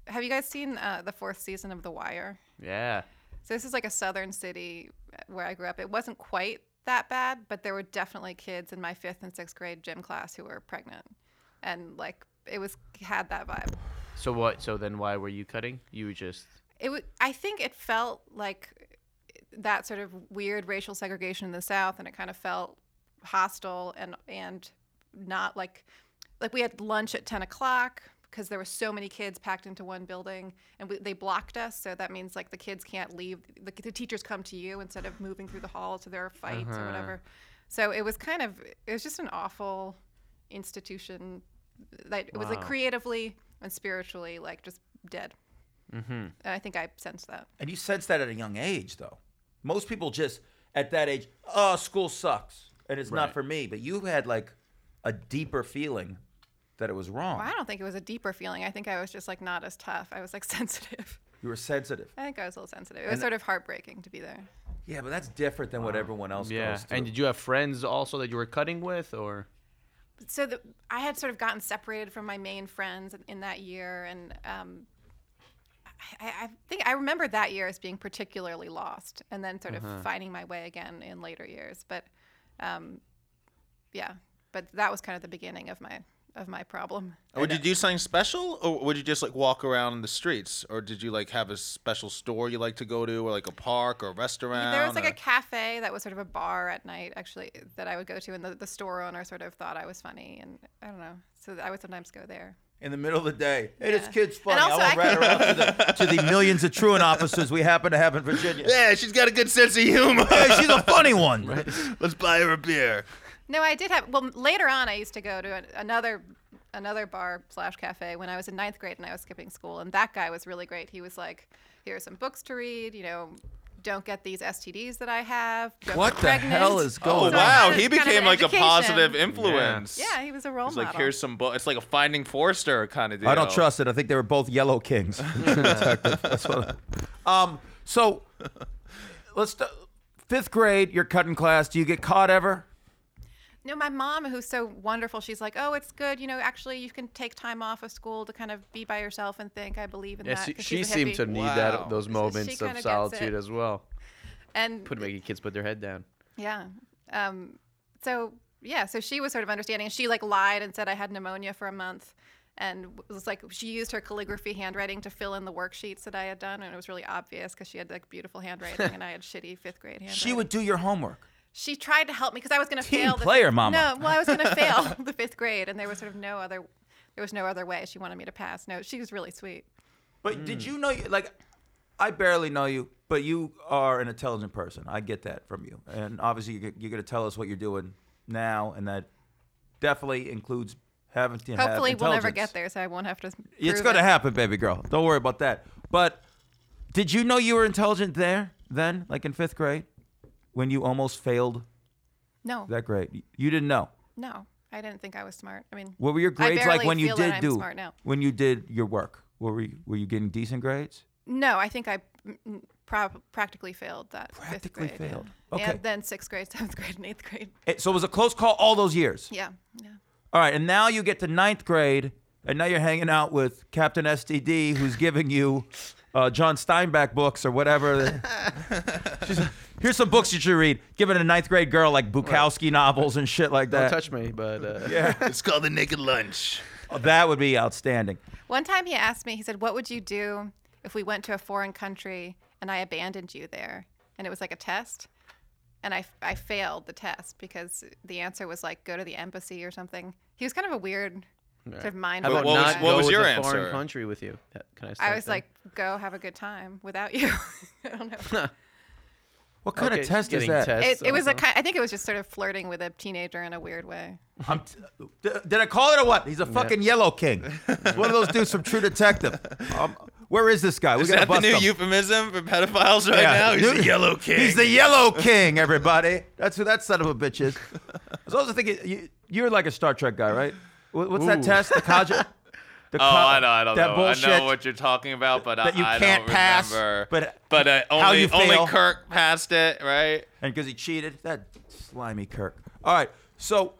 Speaker 6: Have you guys seen uh, the fourth season of The Wire?
Speaker 4: Yeah.
Speaker 6: So this is like a southern city uh, where I grew up. It wasn't quite that bad, but there were definitely kids in my fifth and sixth grade gym class who were pregnant, and like it was had that vibe.
Speaker 4: So what? So then why were you cutting? You were just
Speaker 6: It was. I think it felt like that sort of weird racial segregation in the South, and it kind of felt hostile and and not like like we had lunch at 10 o'clock because there were so many kids packed into one building and we, they blocked us so that means like the kids can't leave the, the teachers come to you instead of moving through the hall to their fights or whatever so it was kind of it was just an awful institution that it was like
Speaker 4: Wow.
Speaker 6: creatively and spiritually like just dead mm-hmm. and i think i sensed that
Speaker 3: And you sense that at a young age, though. Most people just at that age, oh, school sucks, and it's not
Speaker 4: Right.
Speaker 3: for me. But you had like a deeper feeling that it was wrong.
Speaker 6: well, i don't think it was a deeper feeling i think i was just like not as tough i was like [LAUGHS] sensitive
Speaker 3: You were sensitive.
Speaker 6: i think i was a little sensitive it was sort of heartbreaking to be there
Speaker 3: Yeah, but that's different than what everyone else
Speaker 4: yeah.
Speaker 3: goes through.
Speaker 4: And did you have friends also that you were cutting with, or
Speaker 6: so the, I had sort of gotten separated from my main friends in that year, and um, I, I think I remember that year as being particularly lost, and then sort of finding my way again in later years. But um, yeah, but that was kind of the beginning of my of my problem.
Speaker 5: [LAUGHS] Would you do something special, or would you just like walk around the streets, or did you like have a special store you like to go to, or like a park or a restaurant?
Speaker 6: There was like
Speaker 5: or-
Speaker 6: a cafe that was sort of a bar at night, actually, that I would go to, and the, the store owner sort of thought I was funny, and I don't know, so I would sometimes go there.
Speaker 3: in the middle of the day, hey, this
Speaker 6: Yeah.
Speaker 3: kid's funny.
Speaker 6: also
Speaker 3: I
Speaker 6: I
Speaker 3: want to rat
Speaker 6: could-
Speaker 3: her out to the, to the millions of truant officers we happen to have in
Speaker 4: [LAUGHS]
Speaker 3: Virginia.
Speaker 5: [LAUGHS] yeah, she's got a good sense of humor. [LAUGHS]
Speaker 3: Hey, she's a funny one.
Speaker 5: Let's buy her a beer.
Speaker 6: No, I did have. Well, later on, I used to go to an, another another bar slash cafe when I was in ninth grade and I was skipping school, and that guy was really great. He was like, "Here are some books to read. You know, don't get these STDs that I have. Don't
Speaker 3: What
Speaker 6: get
Speaker 3: the
Speaker 6: pregnant."
Speaker 3: hell is
Speaker 5: Oh,
Speaker 3: going
Speaker 6: So I
Speaker 5: wow,
Speaker 6: had
Speaker 5: he
Speaker 6: kind of
Speaker 5: became
Speaker 6: an
Speaker 5: like
Speaker 6: education.
Speaker 5: a positive influence.
Speaker 6: Yeah, he was a role
Speaker 5: It's
Speaker 6: model.
Speaker 5: like here's some book. It's like a Finding Forrester kind of deal.
Speaker 3: I don't trust it. I think they were both yellow
Speaker 6: [LAUGHS]
Speaker 3: kings. That's what I- um, so let's st- fifth grade. You're cutting class. Do you get caught ever?
Speaker 6: No, my mom, who's so wonderful, she's like, "Oh, it's good. You know, actually, you can take time off of school to kind of be by yourself and think. I believe in that." 'cause she's a hippie.
Speaker 5: need that- Wow. those
Speaker 6: she moments of kinda gets solitude it.
Speaker 4: as well.
Speaker 6: and
Speaker 4: Put making kids put their head down.
Speaker 6: Yeah. Um, so yeah, so she was sort of understanding. She like lied and said I had pneumonia for a month, and was like she used her calligraphy handwriting to fill in the worksheets that I had done, and it was really obvious because she had like beautiful
Speaker 3: [LAUGHS]
Speaker 6: handwriting and I had shitty fifth grade handwriting.
Speaker 3: She would do your homework.
Speaker 6: She tried to help me because I was going to
Speaker 3: Team
Speaker 6: fail. The,
Speaker 3: player, mama.
Speaker 6: No, well, I was going
Speaker 3: [LAUGHS]
Speaker 6: to fail the fifth grade, and there was sort of no other. There was no other way. She wanted me to pass. No, she was really sweet.
Speaker 3: But
Speaker 6: Mm.
Speaker 3: did you know? You, like, I barely know you, but you are an intelligent person. I get that from you, and obviously you're, g- you're going to tell us what you're doing now, and that definitely includes having to have
Speaker 6: Hopefully, we'll never
Speaker 3: intelligence.
Speaker 6: get there, so I won't have to.
Speaker 3: It's
Speaker 6: prove
Speaker 3: going to
Speaker 6: it.
Speaker 3: happen, baby girl. Don't worry about that. But did you know you were intelligent there then, like in fifth grade, when you almost failed
Speaker 6: No,
Speaker 3: that grade? You didn't know.
Speaker 6: no, I didn't think I was smart. I mean,
Speaker 3: What were your
Speaker 6: I
Speaker 3: grades like
Speaker 6: barely
Speaker 3: when you
Speaker 6: feel that
Speaker 3: did
Speaker 6: I'm
Speaker 3: do
Speaker 6: smart now.
Speaker 3: when you did your work? Were you were you getting decent grades?
Speaker 6: No, I think I mm, mm, prob- practically failed that.
Speaker 3: Practically
Speaker 6: fifth grade,
Speaker 3: failed.
Speaker 6: Yeah.
Speaker 3: Okay.
Speaker 6: And then sixth grade, seventh grade, and eighth grade.
Speaker 3: It- so it was a close call all those years.
Speaker 6: Yeah. Yeah.
Speaker 3: All right, and now you get to ninth grade, and now you're hanging out with Captain STD, who's giving you uh, John Steinbeck books or whatever. She's like, Here's some books you should read. Given a ninth grade girl like Bukowski novels and shit like
Speaker 4: Don't
Speaker 3: that.
Speaker 4: touch me, but uh,
Speaker 5: It's called the naked lunch.
Speaker 3: That would be outstanding.
Speaker 6: One time he asked me, he said, What would you do if we went to a foreign country and I abandoned you there? And it was like a test. And I, I failed the test because the answer was like, go to the embassy or something. He was kind of a weird sort of mind
Speaker 4: how about
Speaker 5: But what was-
Speaker 4: not
Speaker 5: what
Speaker 4: go
Speaker 5: was
Speaker 4: with
Speaker 5: your
Speaker 4: a
Speaker 5: answer?
Speaker 4: foreign country with you? That- Can I?
Speaker 6: I
Speaker 4: start
Speaker 6: was
Speaker 4: there?
Speaker 6: like, go have a good time without you. [LAUGHS] I
Speaker 3: [LAUGHS]
Speaker 6: don't know.
Speaker 3: What kind
Speaker 4: Okay,
Speaker 3: of test is
Speaker 4: getting
Speaker 3: that?
Speaker 4: tests
Speaker 6: It, it was a
Speaker 4: also.
Speaker 6: kind, I think it was just sort of flirting with a teenager in a weird way.
Speaker 3: I'm t- d- did I call it or what? He's a fucking yellow king. He's one of those dudes from True Detective. Um, where is this guy? We
Speaker 5: Is
Speaker 3: gotta
Speaker 5: that the
Speaker 3: bust
Speaker 5: new
Speaker 3: him.
Speaker 5: euphemism for pedophiles right
Speaker 3: Yeah.
Speaker 5: now? He's
Speaker 3: New-
Speaker 5: the yellow king.
Speaker 3: He's the Yellow King, everybody. That's who that son of a bitch
Speaker 5: [LAUGHS]
Speaker 3: is. I was also thinking, you, you're like a Star Trek guy, right? Wh- What's that test? The
Speaker 5: [LAUGHS]
Speaker 3: Kaja? The
Speaker 5: Oh, I know, I don't
Speaker 3: that
Speaker 5: know.
Speaker 3: Bullshit.
Speaker 5: I know what you're talking about, but
Speaker 3: that
Speaker 5: I,
Speaker 3: you
Speaker 5: I
Speaker 3: can't
Speaker 5: don't
Speaker 3: pass,
Speaker 5: remember.
Speaker 3: but-
Speaker 5: but uh, only,
Speaker 3: how you fail.
Speaker 5: only Kirk passed it, right?
Speaker 3: and because he cheated, that slimy Kirk. All right, so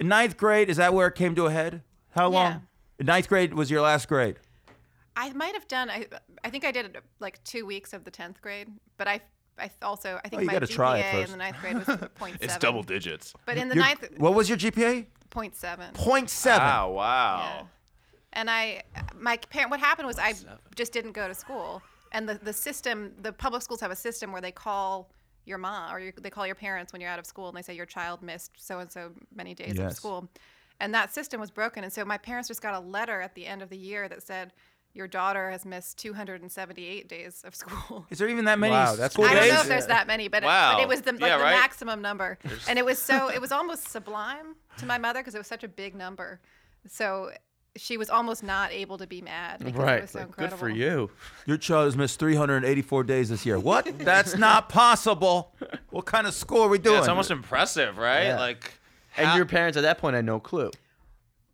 Speaker 3: ninth grade is that where it came to a head? How long? Ninth grade was your last grade.
Speaker 6: I might have done. I I think I did like two weeks of the tenth grade, but I I also I think
Speaker 3: Oh, you
Speaker 6: my
Speaker 3: gotta
Speaker 6: GPA
Speaker 3: try it
Speaker 6: in
Speaker 3: first.
Speaker 6: the ninth grade was
Speaker 3: [LAUGHS]
Speaker 6: point seven.
Speaker 5: It's double digits.
Speaker 6: But in the
Speaker 3: Your-
Speaker 6: ninth,
Speaker 3: what was your GPA?
Speaker 6: point seven.
Speaker 3: Point seven.
Speaker 5: Wow, wow.
Speaker 6: Yeah. And I, my parent, what happened was I just didn't go to school. And the, the system, the public schools have a system where they call your mom or your, they call your parents when you're out of school and they say your child missed so and so many days of
Speaker 3: Yes.
Speaker 6: school. And that system was broken. And so my parents just got a letter at the end of the year that said, your daughter has missed 278 days of school.
Speaker 3: Is there even that many
Speaker 4: Wow, that's
Speaker 3: school
Speaker 6: I don't know
Speaker 3: days?
Speaker 6: if there's that many, but, it, but
Speaker 5: Wow.
Speaker 6: it was the, like,
Speaker 5: Yeah,
Speaker 6: the
Speaker 5: right?
Speaker 6: maximum number. And it
Speaker 5: [LAUGHS]
Speaker 6: was so, it was almost sublime to my mother because it was such a big number. So she was almost not able to be mad because
Speaker 4: right.
Speaker 6: it was so
Speaker 4: like, good
Speaker 6: incredible.
Speaker 4: for you.
Speaker 3: Your child has missed 384 days this year. What? That's not possible. What kind of school are we doing?
Speaker 5: Yeah, it's almost impressive, right?
Speaker 4: Yeah.
Speaker 5: Like,
Speaker 4: And
Speaker 5: how-
Speaker 4: your parents at that point had no clue,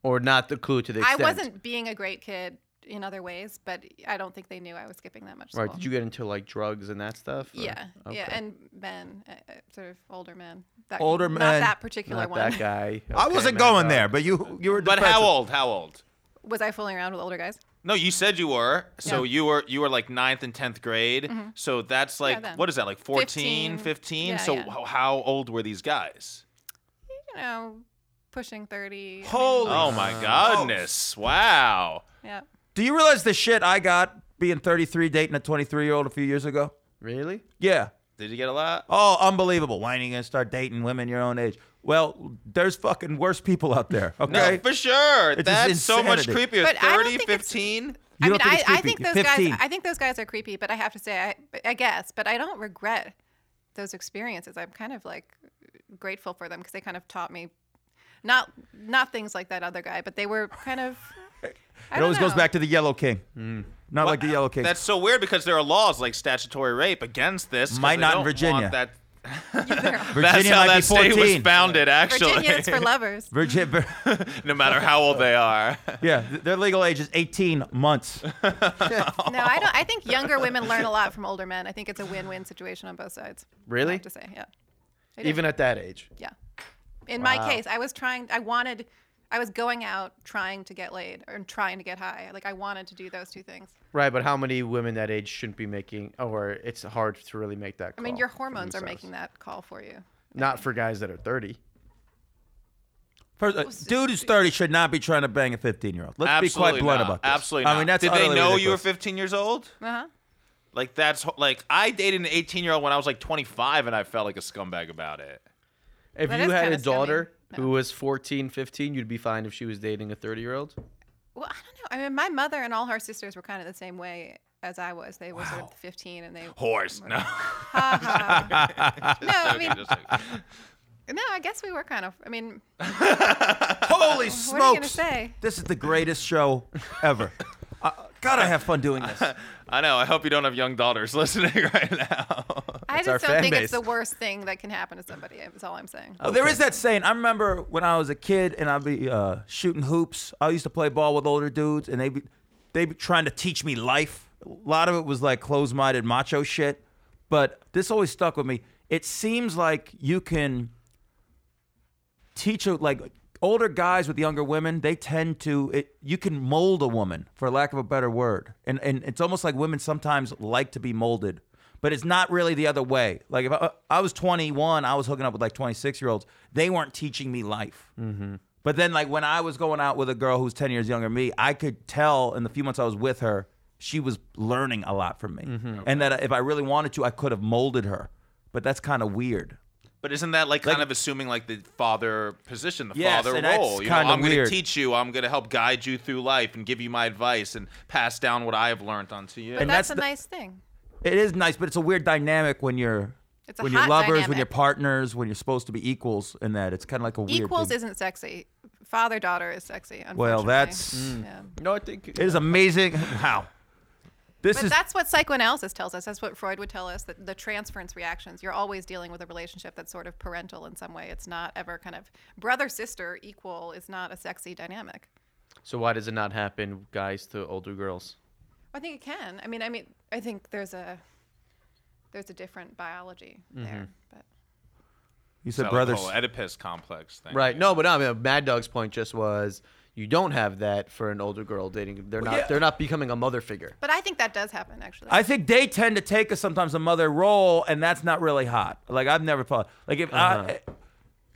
Speaker 4: or not the clue to the
Speaker 6: I
Speaker 4: extent.
Speaker 6: wasn't being a great kid in other ways, but I don't think they knew I was skipping that much school.
Speaker 4: Right? Did you get into like drugs and that stuff? or-
Speaker 6: Yeah, yeah,
Speaker 4: Okay.
Speaker 6: and men, uh, uh, sort of older men. That,
Speaker 3: Older
Speaker 6: not
Speaker 3: men.
Speaker 6: that particular
Speaker 4: Not
Speaker 6: one.
Speaker 4: that guy.
Speaker 3: I
Speaker 4: Okay,
Speaker 3: wasn't
Speaker 4: Mad
Speaker 3: going
Speaker 4: Dog.
Speaker 3: there, but you you were.
Speaker 5: but
Speaker 3: defensive.
Speaker 5: how old? How old?
Speaker 6: Was I fooling around with older guys?
Speaker 5: No, you said you were. So
Speaker 6: Yeah.
Speaker 5: you were you were like ninth and tenth grade.
Speaker 3: Mm-hmm.
Speaker 5: So that's like
Speaker 6: then.
Speaker 5: what is that like 14, 15?
Speaker 6: 15. Yeah,
Speaker 5: so
Speaker 6: yeah.
Speaker 5: How, how old were these guys?
Speaker 6: You know, pushing thirty. I mean,
Speaker 3: Holy.
Speaker 5: Oh my goodness. Wow.
Speaker 6: yeah.
Speaker 3: Do you realize the shit I got being 33, dating a 23 year old a few years ago?
Speaker 4: Really?
Speaker 3: Yeah.
Speaker 5: Did you get a lot?
Speaker 3: Oh, unbelievable. Why ain't you gonna start dating women your own age? Well, there's fucking worse people out there. Okay.
Speaker 5: No, for sure.
Speaker 3: It's just
Speaker 5: that's so much
Speaker 3: insanity.
Speaker 5: creepier.
Speaker 6: But I don't
Speaker 5: 30,
Speaker 6: think it's-
Speaker 5: 15?
Speaker 3: You
Speaker 6: I
Speaker 3: don't
Speaker 6: mean,
Speaker 3: think
Speaker 6: I,
Speaker 3: it's
Speaker 6: I
Speaker 3: creepy?
Speaker 6: think those
Speaker 3: 15.
Speaker 6: guys. I think those guys are creepy, but I have to say, I, I guess, but I don't regret those experiences. I'm kind of like grateful for them because they kind of taught me, not not things like that other guy, but they were kind of. I
Speaker 3: [LAUGHS] it
Speaker 6: don't
Speaker 3: always goes
Speaker 6: know.
Speaker 3: back to the yellow king. Not like the yellow king.
Speaker 5: Hmm. That's so weird because there are laws like statutory rape against this. 'cause
Speaker 3: Might
Speaker 5: they
Speaker 3: not in
Speaker 5: don't want
Speaker 3: Virginia.
Speaker 5: That,
Speaker 3: Virginia [LAUGHS]
Speaker 5: that's how
Speaker 3: might
Speaker 5: that
Speaker 3: be
Speaker 5: state
Speaker 3: 14.
Speaker 5: was founded, actually. [LAUGHS]
Speaker 6: [LAUGHS] Virginia is
Speaker 3: [LAUGHS]
Speaker 6: for lovers.
Speaker 3: Virginia,
Speaker 5: no matter how old
Speaker 3: [LAUGHS]
Speaker 5: they are.
Speaker 3: yeah, th- their legal age is 18 months.
Speaker 6: No, I don't. I think younger women learn a lot from older men. I think it's a win-win situation on both sides. I
Speaker 4: Really?
Speaker 6: have to say, yeah. I do.
Speaker 4: Even at that age.
Speaker 6: Yeah. In my case, I was trying, I wanted, I was going out trying to get laid or trying to get high. Like, I wanted to do those two things.
Speaker 4: Right, but how many women that age shouldn't be making, or it's hard to really make that
Speaker 6: I
Speaker 4: call?
Speaker 6: mean, your
Speaker 4: for
Speaker 6: hormones are
Speaker 4: themselves.
Speaker 6: making that call for you.
Speaker 4: Not for guys that are 30.
Speaker 3: First, uh, dude who's 30 should not be trying to bang a 15 year old. Let's
Speaker 5: Absolutely
Speaker 3: be quite blunt
Speaker 5: not.
Speaker 3: about this.
Speaker 5: Absolutely.
Speaker 3: I mean,
Speaker 5: not.
Speaker 3: that's
Speaker 5: Did they
Speaker 3: utterly
Speaker 5: know you were
Speaker 3: ridiculous.
Speaker 5: 15 years old?
Speaker 6: Uh huh.
Speaker 5: Like that's ho- like I dated an 18 year old when I was like 25 and I felt like a scumbag about it.
Speaker 4: If
Speaker 6: That
Speaker 4: you
Speaker 6: is
Speaker 4: had
Speaker 6: kinda
Speaker 4: a daughter
Speaker 6: scummy. No.
Speaker 4: who was 14, 15, you'd be fine if she was dating a 30 year old.
Speaker 6: Well, I don't know. I mean, my mother and all her sisters were kind of the same way as I was. They were sort of 15 and they.
Speaker 5: Horse. [LAUGHS] No.
Speaker 6: Ha, ha. no, I mean,
Speaker 5: Just like-
Speaker 3: [LAUGHS]
Speaker 6: no, I guess we were kind of. I mean,
Speaker 3: Holy
Speaker 6: what are you going to
Speaker 3: smokes!
Speaker 6: say?
Speaker 3: This is the greatest show
Speaker 6: [LAUGHS]
Speaker 3: ever. uh, God, I have fun doing
Speaker 5: [LAUGHS]
Speaker 3: this.
Speaker 5: I know. I hope you don't have young daughters [LAUGHS] listening right now.
Speaker 6: I
Speaker 4: our
Speaker 6: just don't
Speaker 4: fan
Speaker 6: think
Speaker 4: base.
Speaker 6: it's the worst thing that can happen to somebody. That's all I'm saying.
Speaker 3: Oh, there is that saying. I remember when I was a kid and I'd be uh, shooting hoops. I used to play ball with older dudes, and they be they be trying to teach me life. A lot of it was like closed-minded macho shit, but this always stuck with me. It seems like you can teach a like older guys with younger women, they tend to it, you can mold a woman for lack of a better word, and and it's almost like women sometimes like to be molded, but it's not really the other way. Like if I, I was 21, I was hooking up with like 26 year olds. They weren't teaching me life. But then like when I was going out with a girl who's 10 years younger than me, I could tell in the few months I was with her, she was learning a lot from me, and that if I really wanted to, I could have molded her. But that's kind of weird.
Speaker 5: But isn't that like, kind of assuming like the father position, the
Speaker 3: Yes,
Speaker 5: father
Speaker 3: and that's
Speaker 5: role? You know,
Speaker 3: kinda
Speaker 5: I'm going
Speaker 3: weird.
Speaker 5: to teach you. I'm going to help guide you through life and give you my advice and pass down what I have learned onto you.
Speaker 6: But
Speaker 3: And
Speaker 6: that's,
Speaker 3: that's
Speaker 6: a
Speaker 3: the-
Speaker 6: nice thing.
Speaker 3: It is nice, but it's a weird dynamic when you're
Speaker 6: It's a
Speaker 3: when you're
Speaker 6: hot
Speaker 3: lovers, when
Speaker 6: dynamic.
Speaker 3: you're partners, when you're supposed to be equals in that. It's kind of like a weird
Speaker 6: Equals
Speaker 3: thing.
Speaker 6: isn't sexy. Father daughter is sexy. Unfortunately. Mm.
Speaker 3: well, that's
Speaker 6: Yeah.
Speaker 4: No, I think
Speaker 3: it is amazing how this
Speaker 6: But
Speaker 3: is
Speaker 6: that's what psychoanalysis tells us. That's what Freud would tell us that the transference reactions. You're always dealing with a relationship that's sort of parental in some way. It's not ever kind of brother sister equal is not a sexy dynamic.
Speaker 4: So why does it not happen, guys, to older girls?
Speaker 6: I think it can. I mean, I mean, I think there's a there's a different biology
Speaker 3: Mm-hmm.
Speaker 6: there. But
Speaker 3: you
Speaker 5: So, oh,
Speaker 3: said
Speaker 5: like, the
Speaker 3: brothers.
Speaker 5: whole Oedipus complex thing.
Speaker 4: Right. No, but no, I mean, Mad Dog's point just was you don't have that for an older girl dating. They're not.
Speaker 3: yeah.
Speaker 4: They're not becoming a mother figure.
Speaker 6: but I think that does happen actually.
Speaker 3: I think they tend to take us sometimes a mother role, and that's not really hot. Like I've never thought. Like if
Speaker 6: Uh-huh.
Speaker 3: I,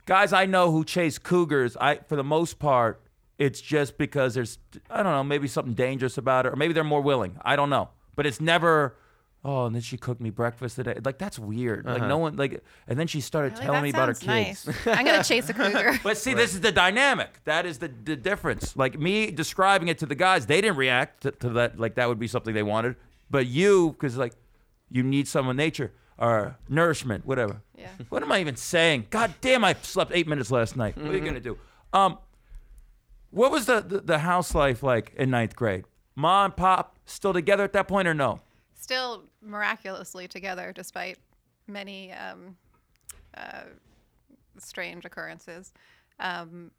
Speaker 3: guys I know who chase cougars, I for the most part, it's just because there's I don't know maybe something dangerous about it, or maybe they're more willing. I don't know, but it's never. Oh, and then she cooked me breakfast today. Like that's weird. Like no one like. And then she started
Speaker 6: Uh-huh. Really?
Speaker 3: telling
Speaker 6: That
Speaker 3: me about her kids.
Speaker 6: sounds Nice. I'm gonna chase
Speaker 3: [LAUGHS]
Speaker 6: a cougar.
Speaker 3: But see, this is the dynamic. That is the, the difference. Like me describing it to the guys, they didn't react to, to that. Like that would be something they wanted. But you, because like you need some of nature or nourishment, whatever.
Speaker 6: Yeah.
Speaker 3: [LAUGHS] What am I even saying? God damn, I slept eight minutes last night. What are you gonna do? Um, what was the, the the house life like in ninth grade? Mom and pop still together at that point or no?
Speaker 6: Still miraculously together despite many um, uh, strange occurrences. Um,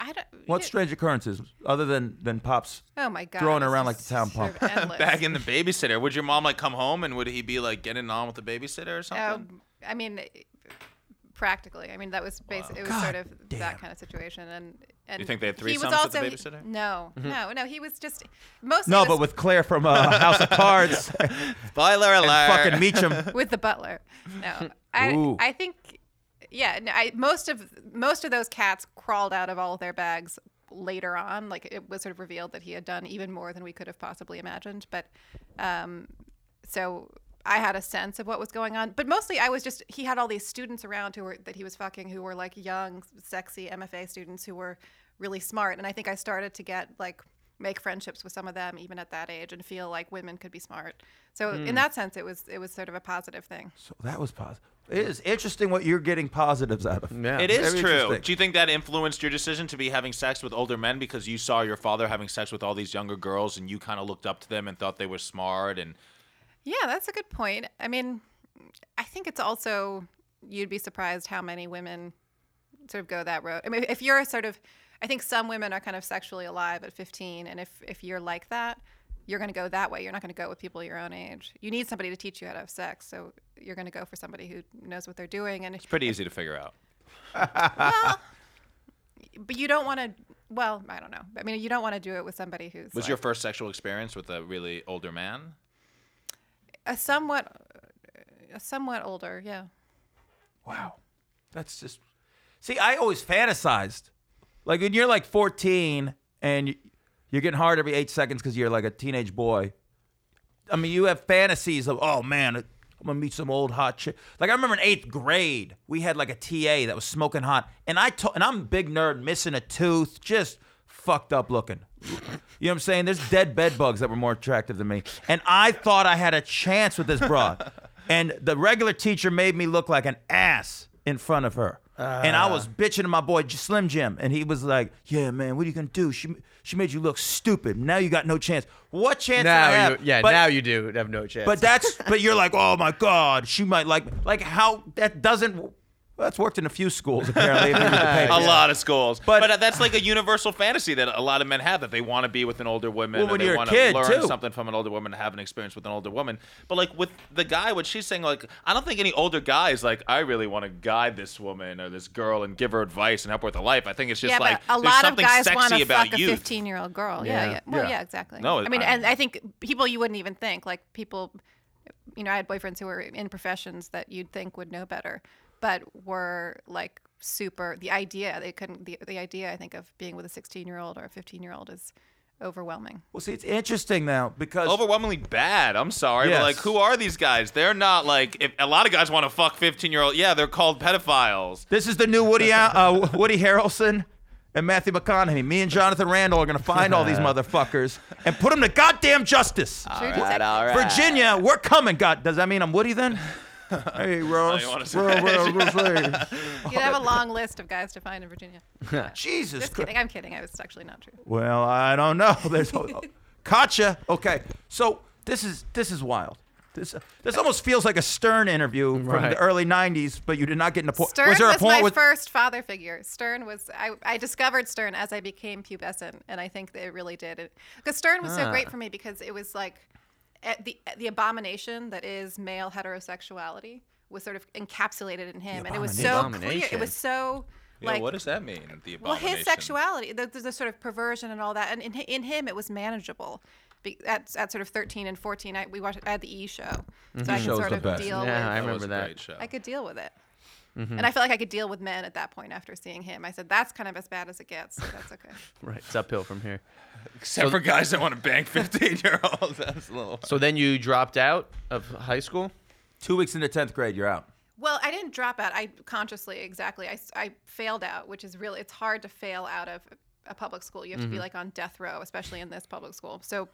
Speaker 6: I don't.
Speaker 3: What strange occurrences other than than pops?
Speaker 6: Oh my god!
Speaker 3: Throwing
Speaker 6: it's
Speaker 3: around like
Speaker 6: just
Speaker 3: the town
Speaker 6: sort
Speaker 3: pump.
Speaker 6: of
Speaker 3: [LAUGHS]
Speaker 6: endless.
Speaker 5: Back in the babysitter, would your mom like come home and would he be like getting on with the babysitter or something?
Speaker 6: Um, I mean, practically. I mean, that was basically it was sort of that kind of situation. And and
Speaker 5: think they had
Speaker 6: he
Speaker 5: threesomes
Speaker 6: was
Speaker 5: at the
Speaker 6: also-
Speaker 5: babysitter?
Speaker 6: No, no, no. He was just mostly
Speaker 3: Mm-hmm. No,
Speaker 6: it
Speaker 3: but
Speaker 6: was
Speaker 3: with Claire from uh, House of [LAUGHS] Cards
Speaker 5: Spoiler alert!
Speaker 3: and fucking Meacham.
Speaker 6: with the butler. No, I
Speaker 3: Ooh.
Speaker 6: I think yeah. No, I most of most of those cats crawled out of all of their bags later on. Like it was sort of revealed that he had done even more than we could have possibly imagined. But um, so I had a sense of what was going on. But mostly I was just he had all these students around who were that he was fucking who were like young, sexy MFA students who were really smart. And I think I started to get like make friendships with some of them even at that age and feel like women could be smart. So in that sense it was it was sort of a positive thing.
Speaker 3: So that was positive. It is interesting what you're getting positives out of.
Speaker 4: Yeah.
Speaker 5: It is
Speaker 3: Very
Speaker 5: true.
Speaker 3: interesting.
Speaker 5: Do you think that influenced your decision to be having sex with older men because you saw your father having sex with all these younger girls and you kind of looked up to them and thought they were smart and
Speaker 6: Yeah, that's a good point. I mean, I think it's also you'd be surprised how many women sort of go that road. I mean, if you're sort of, I think some women are kind of sexually alive at 15, and if if you're like that, you're going to go that way. You're not going to go with people your own age. You need somebody to teach you how to have sex, so you're going to go for somebody who knows what they're doing. And
Speaker 5: pretty easy to figure out.
Speaker 6: but you don't want to. Well, I don't know. I mean, you don't want to do it with somebody who's
Speaker 5: Was
Speaker 6: like-
Speaker 5: your first sexual experience with a really older man?
Speaker 6: a somewhat, a somewhat older. Yeah.
Speaker 3: Wow. That's just. See, I always fantasized. Like when you're like 14 and you- you're getting hard every eight seconds because you're like a teenage boy. I mean, you have fantasies of, oh man, I'm gonna meet some old hot chick. Like I remember in eighth grade, we had like a TA that was smoking hot, and I to- and I'm a big nerd, missing a tooth, just fucked up looking. You know what I'm saying? There's dead bed bugs that were more attractive than me, and I thought I had a chance with this broad. and the regular teacher made me look like an ass in front of her. and I was bitching to my boy J- Slim Jim, and he was like, "Yeah, man, what are you gonna do? She she made you look stupid. Now you got no chance. What chance did I
Speaker 4: Now,
Speaker 3: have?
Speaker 4: you, yeah.
Speaker 3: But-
Speaker 4: now you do have no chance.
Speaker 5: [LAUGHS]
Speaker 3: but that's but you're like, oh my god, she might like like how that doesn't Well, that's worked in a few schools apparently. if you read the
Speaker 5: a
Speaker 3: paper.
Speaker 5: lot of schools.
Speaker 3: But-
Speaker 5: But, that's like a universal fantasy that a lot of men have that they want to be with an older woman.
Speaker 3: Well,
Speaker 5: or
Speaker 3: when
Speaker 5: they
Speaker 3: you're a
Speaker 5: want
Speaker 3: kid,
Speaker 5: to learn
Speaker 3: too.
Speaker 5: something from an older woman and have an experience with an older woman. But like with the guy, what she's saying, like I don't think any older guy is like I really want to guide this woman or this girl and give her advice and help her with her life. I think it's just
Speaker 6: yeah,
Speaker 5: like
Speaker 6: but a
Speaker 5: there's
Speaker 6: lot of
Speaker 5: something
Speaker 6: guys want
Speaker 5: sexy
Speaker 6: to
Speaker 5: about
Speaker 6: fuck
Speaker 5: youth.
Speaker 6: a 15 year old girl. Yeah,
Speaker 4: Yeah.
Speaker 6: yeah. Well,
Speaker 3: Yeah.
Speaker 6: yeah, exactly.
Speaker 5: No,
Speaker 6: I mean,
Speaker 5: I-
Speaker 6: and I think people you wouldn't even think like people, you know, I had boyfriends who were in professions that you'd think would know better, but were like super. The idea they couldn't. The, the idea I think of being with a 16 year old or a 15 year old is overwhelming.
Speaker 3: Well, see, it's interesting now because
Speaker 5: Overwhelmingly bad. I'm sorry,
Speaker 3: Yes.
Speaker 5: but like, who are these guys? They're not like. If a lot of guys want to fuck 15 year old, yeah, they're called pedophiles.
Speaker 3: This is the new Woody Al- uh, [LAUGHS] Woody Harrelson and Matthew McConaughey. Me and Jonathan Randall are gonna find
Speaker 5: [LAUGHS]
Speaker 3: all these motherfuckers and put them to goddamn justice.
Speaker 5: Ah,
Speaker 6: Sure, just like-
Speaker 3: Virginia, we're coming. God, does that mean I'm Woody
Speaker 5: [LAUGHS]
Speaker 3: then? Hey Ross,
Speaker 5: you wanna say-
Speaker 3: Ross, Ross, Ross,
Speaker 5: [LAUGHS]
Speaker 3: hey.
Speaker 6: You'd have a long list of guys to find in Virginia.
Speaker 3: Jesus
Speaker 6: Just
Speaker 3: Christ.
Speaker 6: kidding. I'm kidding. I was actually not true.
Speaker 3: Well, I don't know. [LAUGHS] There's
Speaker 6: [LAUGHS]
Speaker 3: Katya. Okay, so this is this is wild. This this almost feels like a Stern interview from
Speaker 4: Right.
Speaker 3: the early '90s, but you did not get into point.
Speaker 6: Stern
Speaker 3: was
Speaker 6: was,
Speaker 3: there a
Speaker 6: my
Speaker 3: point with?
Speaker 6: first father figure. Stern was I, I discovered Stern as I became pubescent, and I think that it really did. Because Stern was so
Speaker 3: Ah.
Speaker 6: great for me because it was like eh, the the abomination that is male heterosexuality was sort of encapsulated in him, and it was so clear. It
Speaker 4: Abomination.
Speaker 6: was so like
Speaker 5: what does that mean? The
Speaker 6: well, his sexuality, the, the, the sort of perversion and all that, and in, hi- in him it was manageable. Be, at, at sort of 13 and 14, I, we watched I had the E show, so I could
Speaker 3: Show's
Speaker 6: sort
Speaker 3: the
Speaker 6: of
Speaker 3: best.
Speaker 6: deal with
Speaker 4: Yeah, I
Speaker 5: That was
Speaker 4: remember
Speaker 5: a
Speaker 4: that.
Speaker 5: great show.
Speaker 6: I could deal with it.
Speaker 5: Mm-hmm.
Speaker 6: And I felt like I could deal with men at that point after seeing him. I said, that's kind of as bad as it gets. So
Speaker 5: [LAUGHS]
Speaker 6: that's okay.
Speaker 4: Right, it's uphill from here.
Speaker 5: Except for guys that want to bang 15 year olds. [LAUGHS] That's a little.
Speaker 4: So then you dropped out of high school.
Speaker 3: Two weeks into tenth grade, you're out.
Speaker 6: well, I didn't drop out. I consciously, exactly. I, s- I failed out, which is really, it's hard to fail out of a public school. You have
Speaker 5: Mm-hmm.
Speaker 6: to be like on death row, especially in this public school. So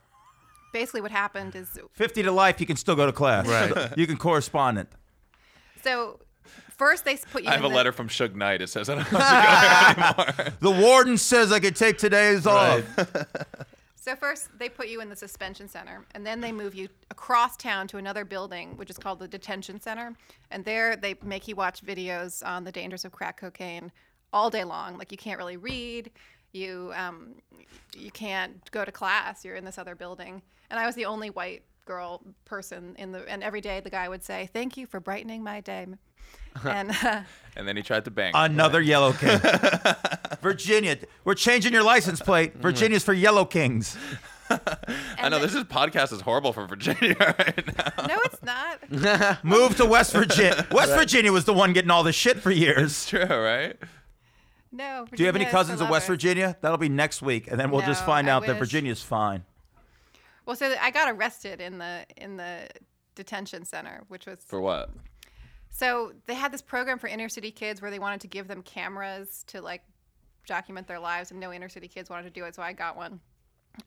Speaker 6: basically what happened is,
Speaker 3: Fifty to life, you can still go to class.
Speaker 4: Right.
Speaker 3: you can correspondent.
Speaker 6: so first they s- put you
Speaker 5: I have
Speaker 6: in
Speaker 5: a
Speaker 6: the-
Speaker 5: letter from Suge Knight. It says I don't
Speaker 6: [LAUGHS]
Speaker 5: have to go there anymore.
Speaker 3: The warden says I could take today's off.
Speaker 6: So first they put you in the suspension center, and then they move you across town to another building, which is called the detention center. And there they make you watch videos on the dangers of crack cocaine all day long. Like you can't really read, you um, you can't go to class. You're in this other building, and I was the only white girl person in the. And every day the guy would say, "Thank you for brightening my day," and. [LAUGHS] Uh,
Speaker 5: And then he tried to bang.
Speaker 3: Another Yellow King. [LAUGHS] Virginia, we're changing your license plate.
Speaker 4: Mm-hmm.
Speaker 3: Virginia's for Yellow Kings.
Speaker 5: I know this is podcast is horrible for Virginia [LAUGHS] right now.
Speaker 6: [LAUGHS] no,
Speaker 3: [LAUGHS]
Speaker 6: it's not.
Speaker 3: Move to West Virginia.
Speaker 4: [LAUGHS]
Speaker 3: West Virginia was the one getting all this shit for years.
Speaker 5: True, right?
Speaker 6: No.
Speaker 3: Do you have any
Speaker 6: Virginia is
Speaker 3: cousins
Speaker 6: the
Speaker 3: in West
Speaker 6: lover.
Speaker 3: Virginia? That'll be next week, and then we'll just
Speaker 6: No,
Speaker 3: find
Speaker 6: I
Speaker 3: out that
Speaker 6: wish.
Speaker 3: Virginia's fine.
Speaker 6: Well, so I got arrested in the in the detention center, which was
Speaker 5: For what?
Speaker 6: so they had this program for inner city kids where they wanted to give them cameras to like document their lives, and no inner city kids wanted to do it, so I got one.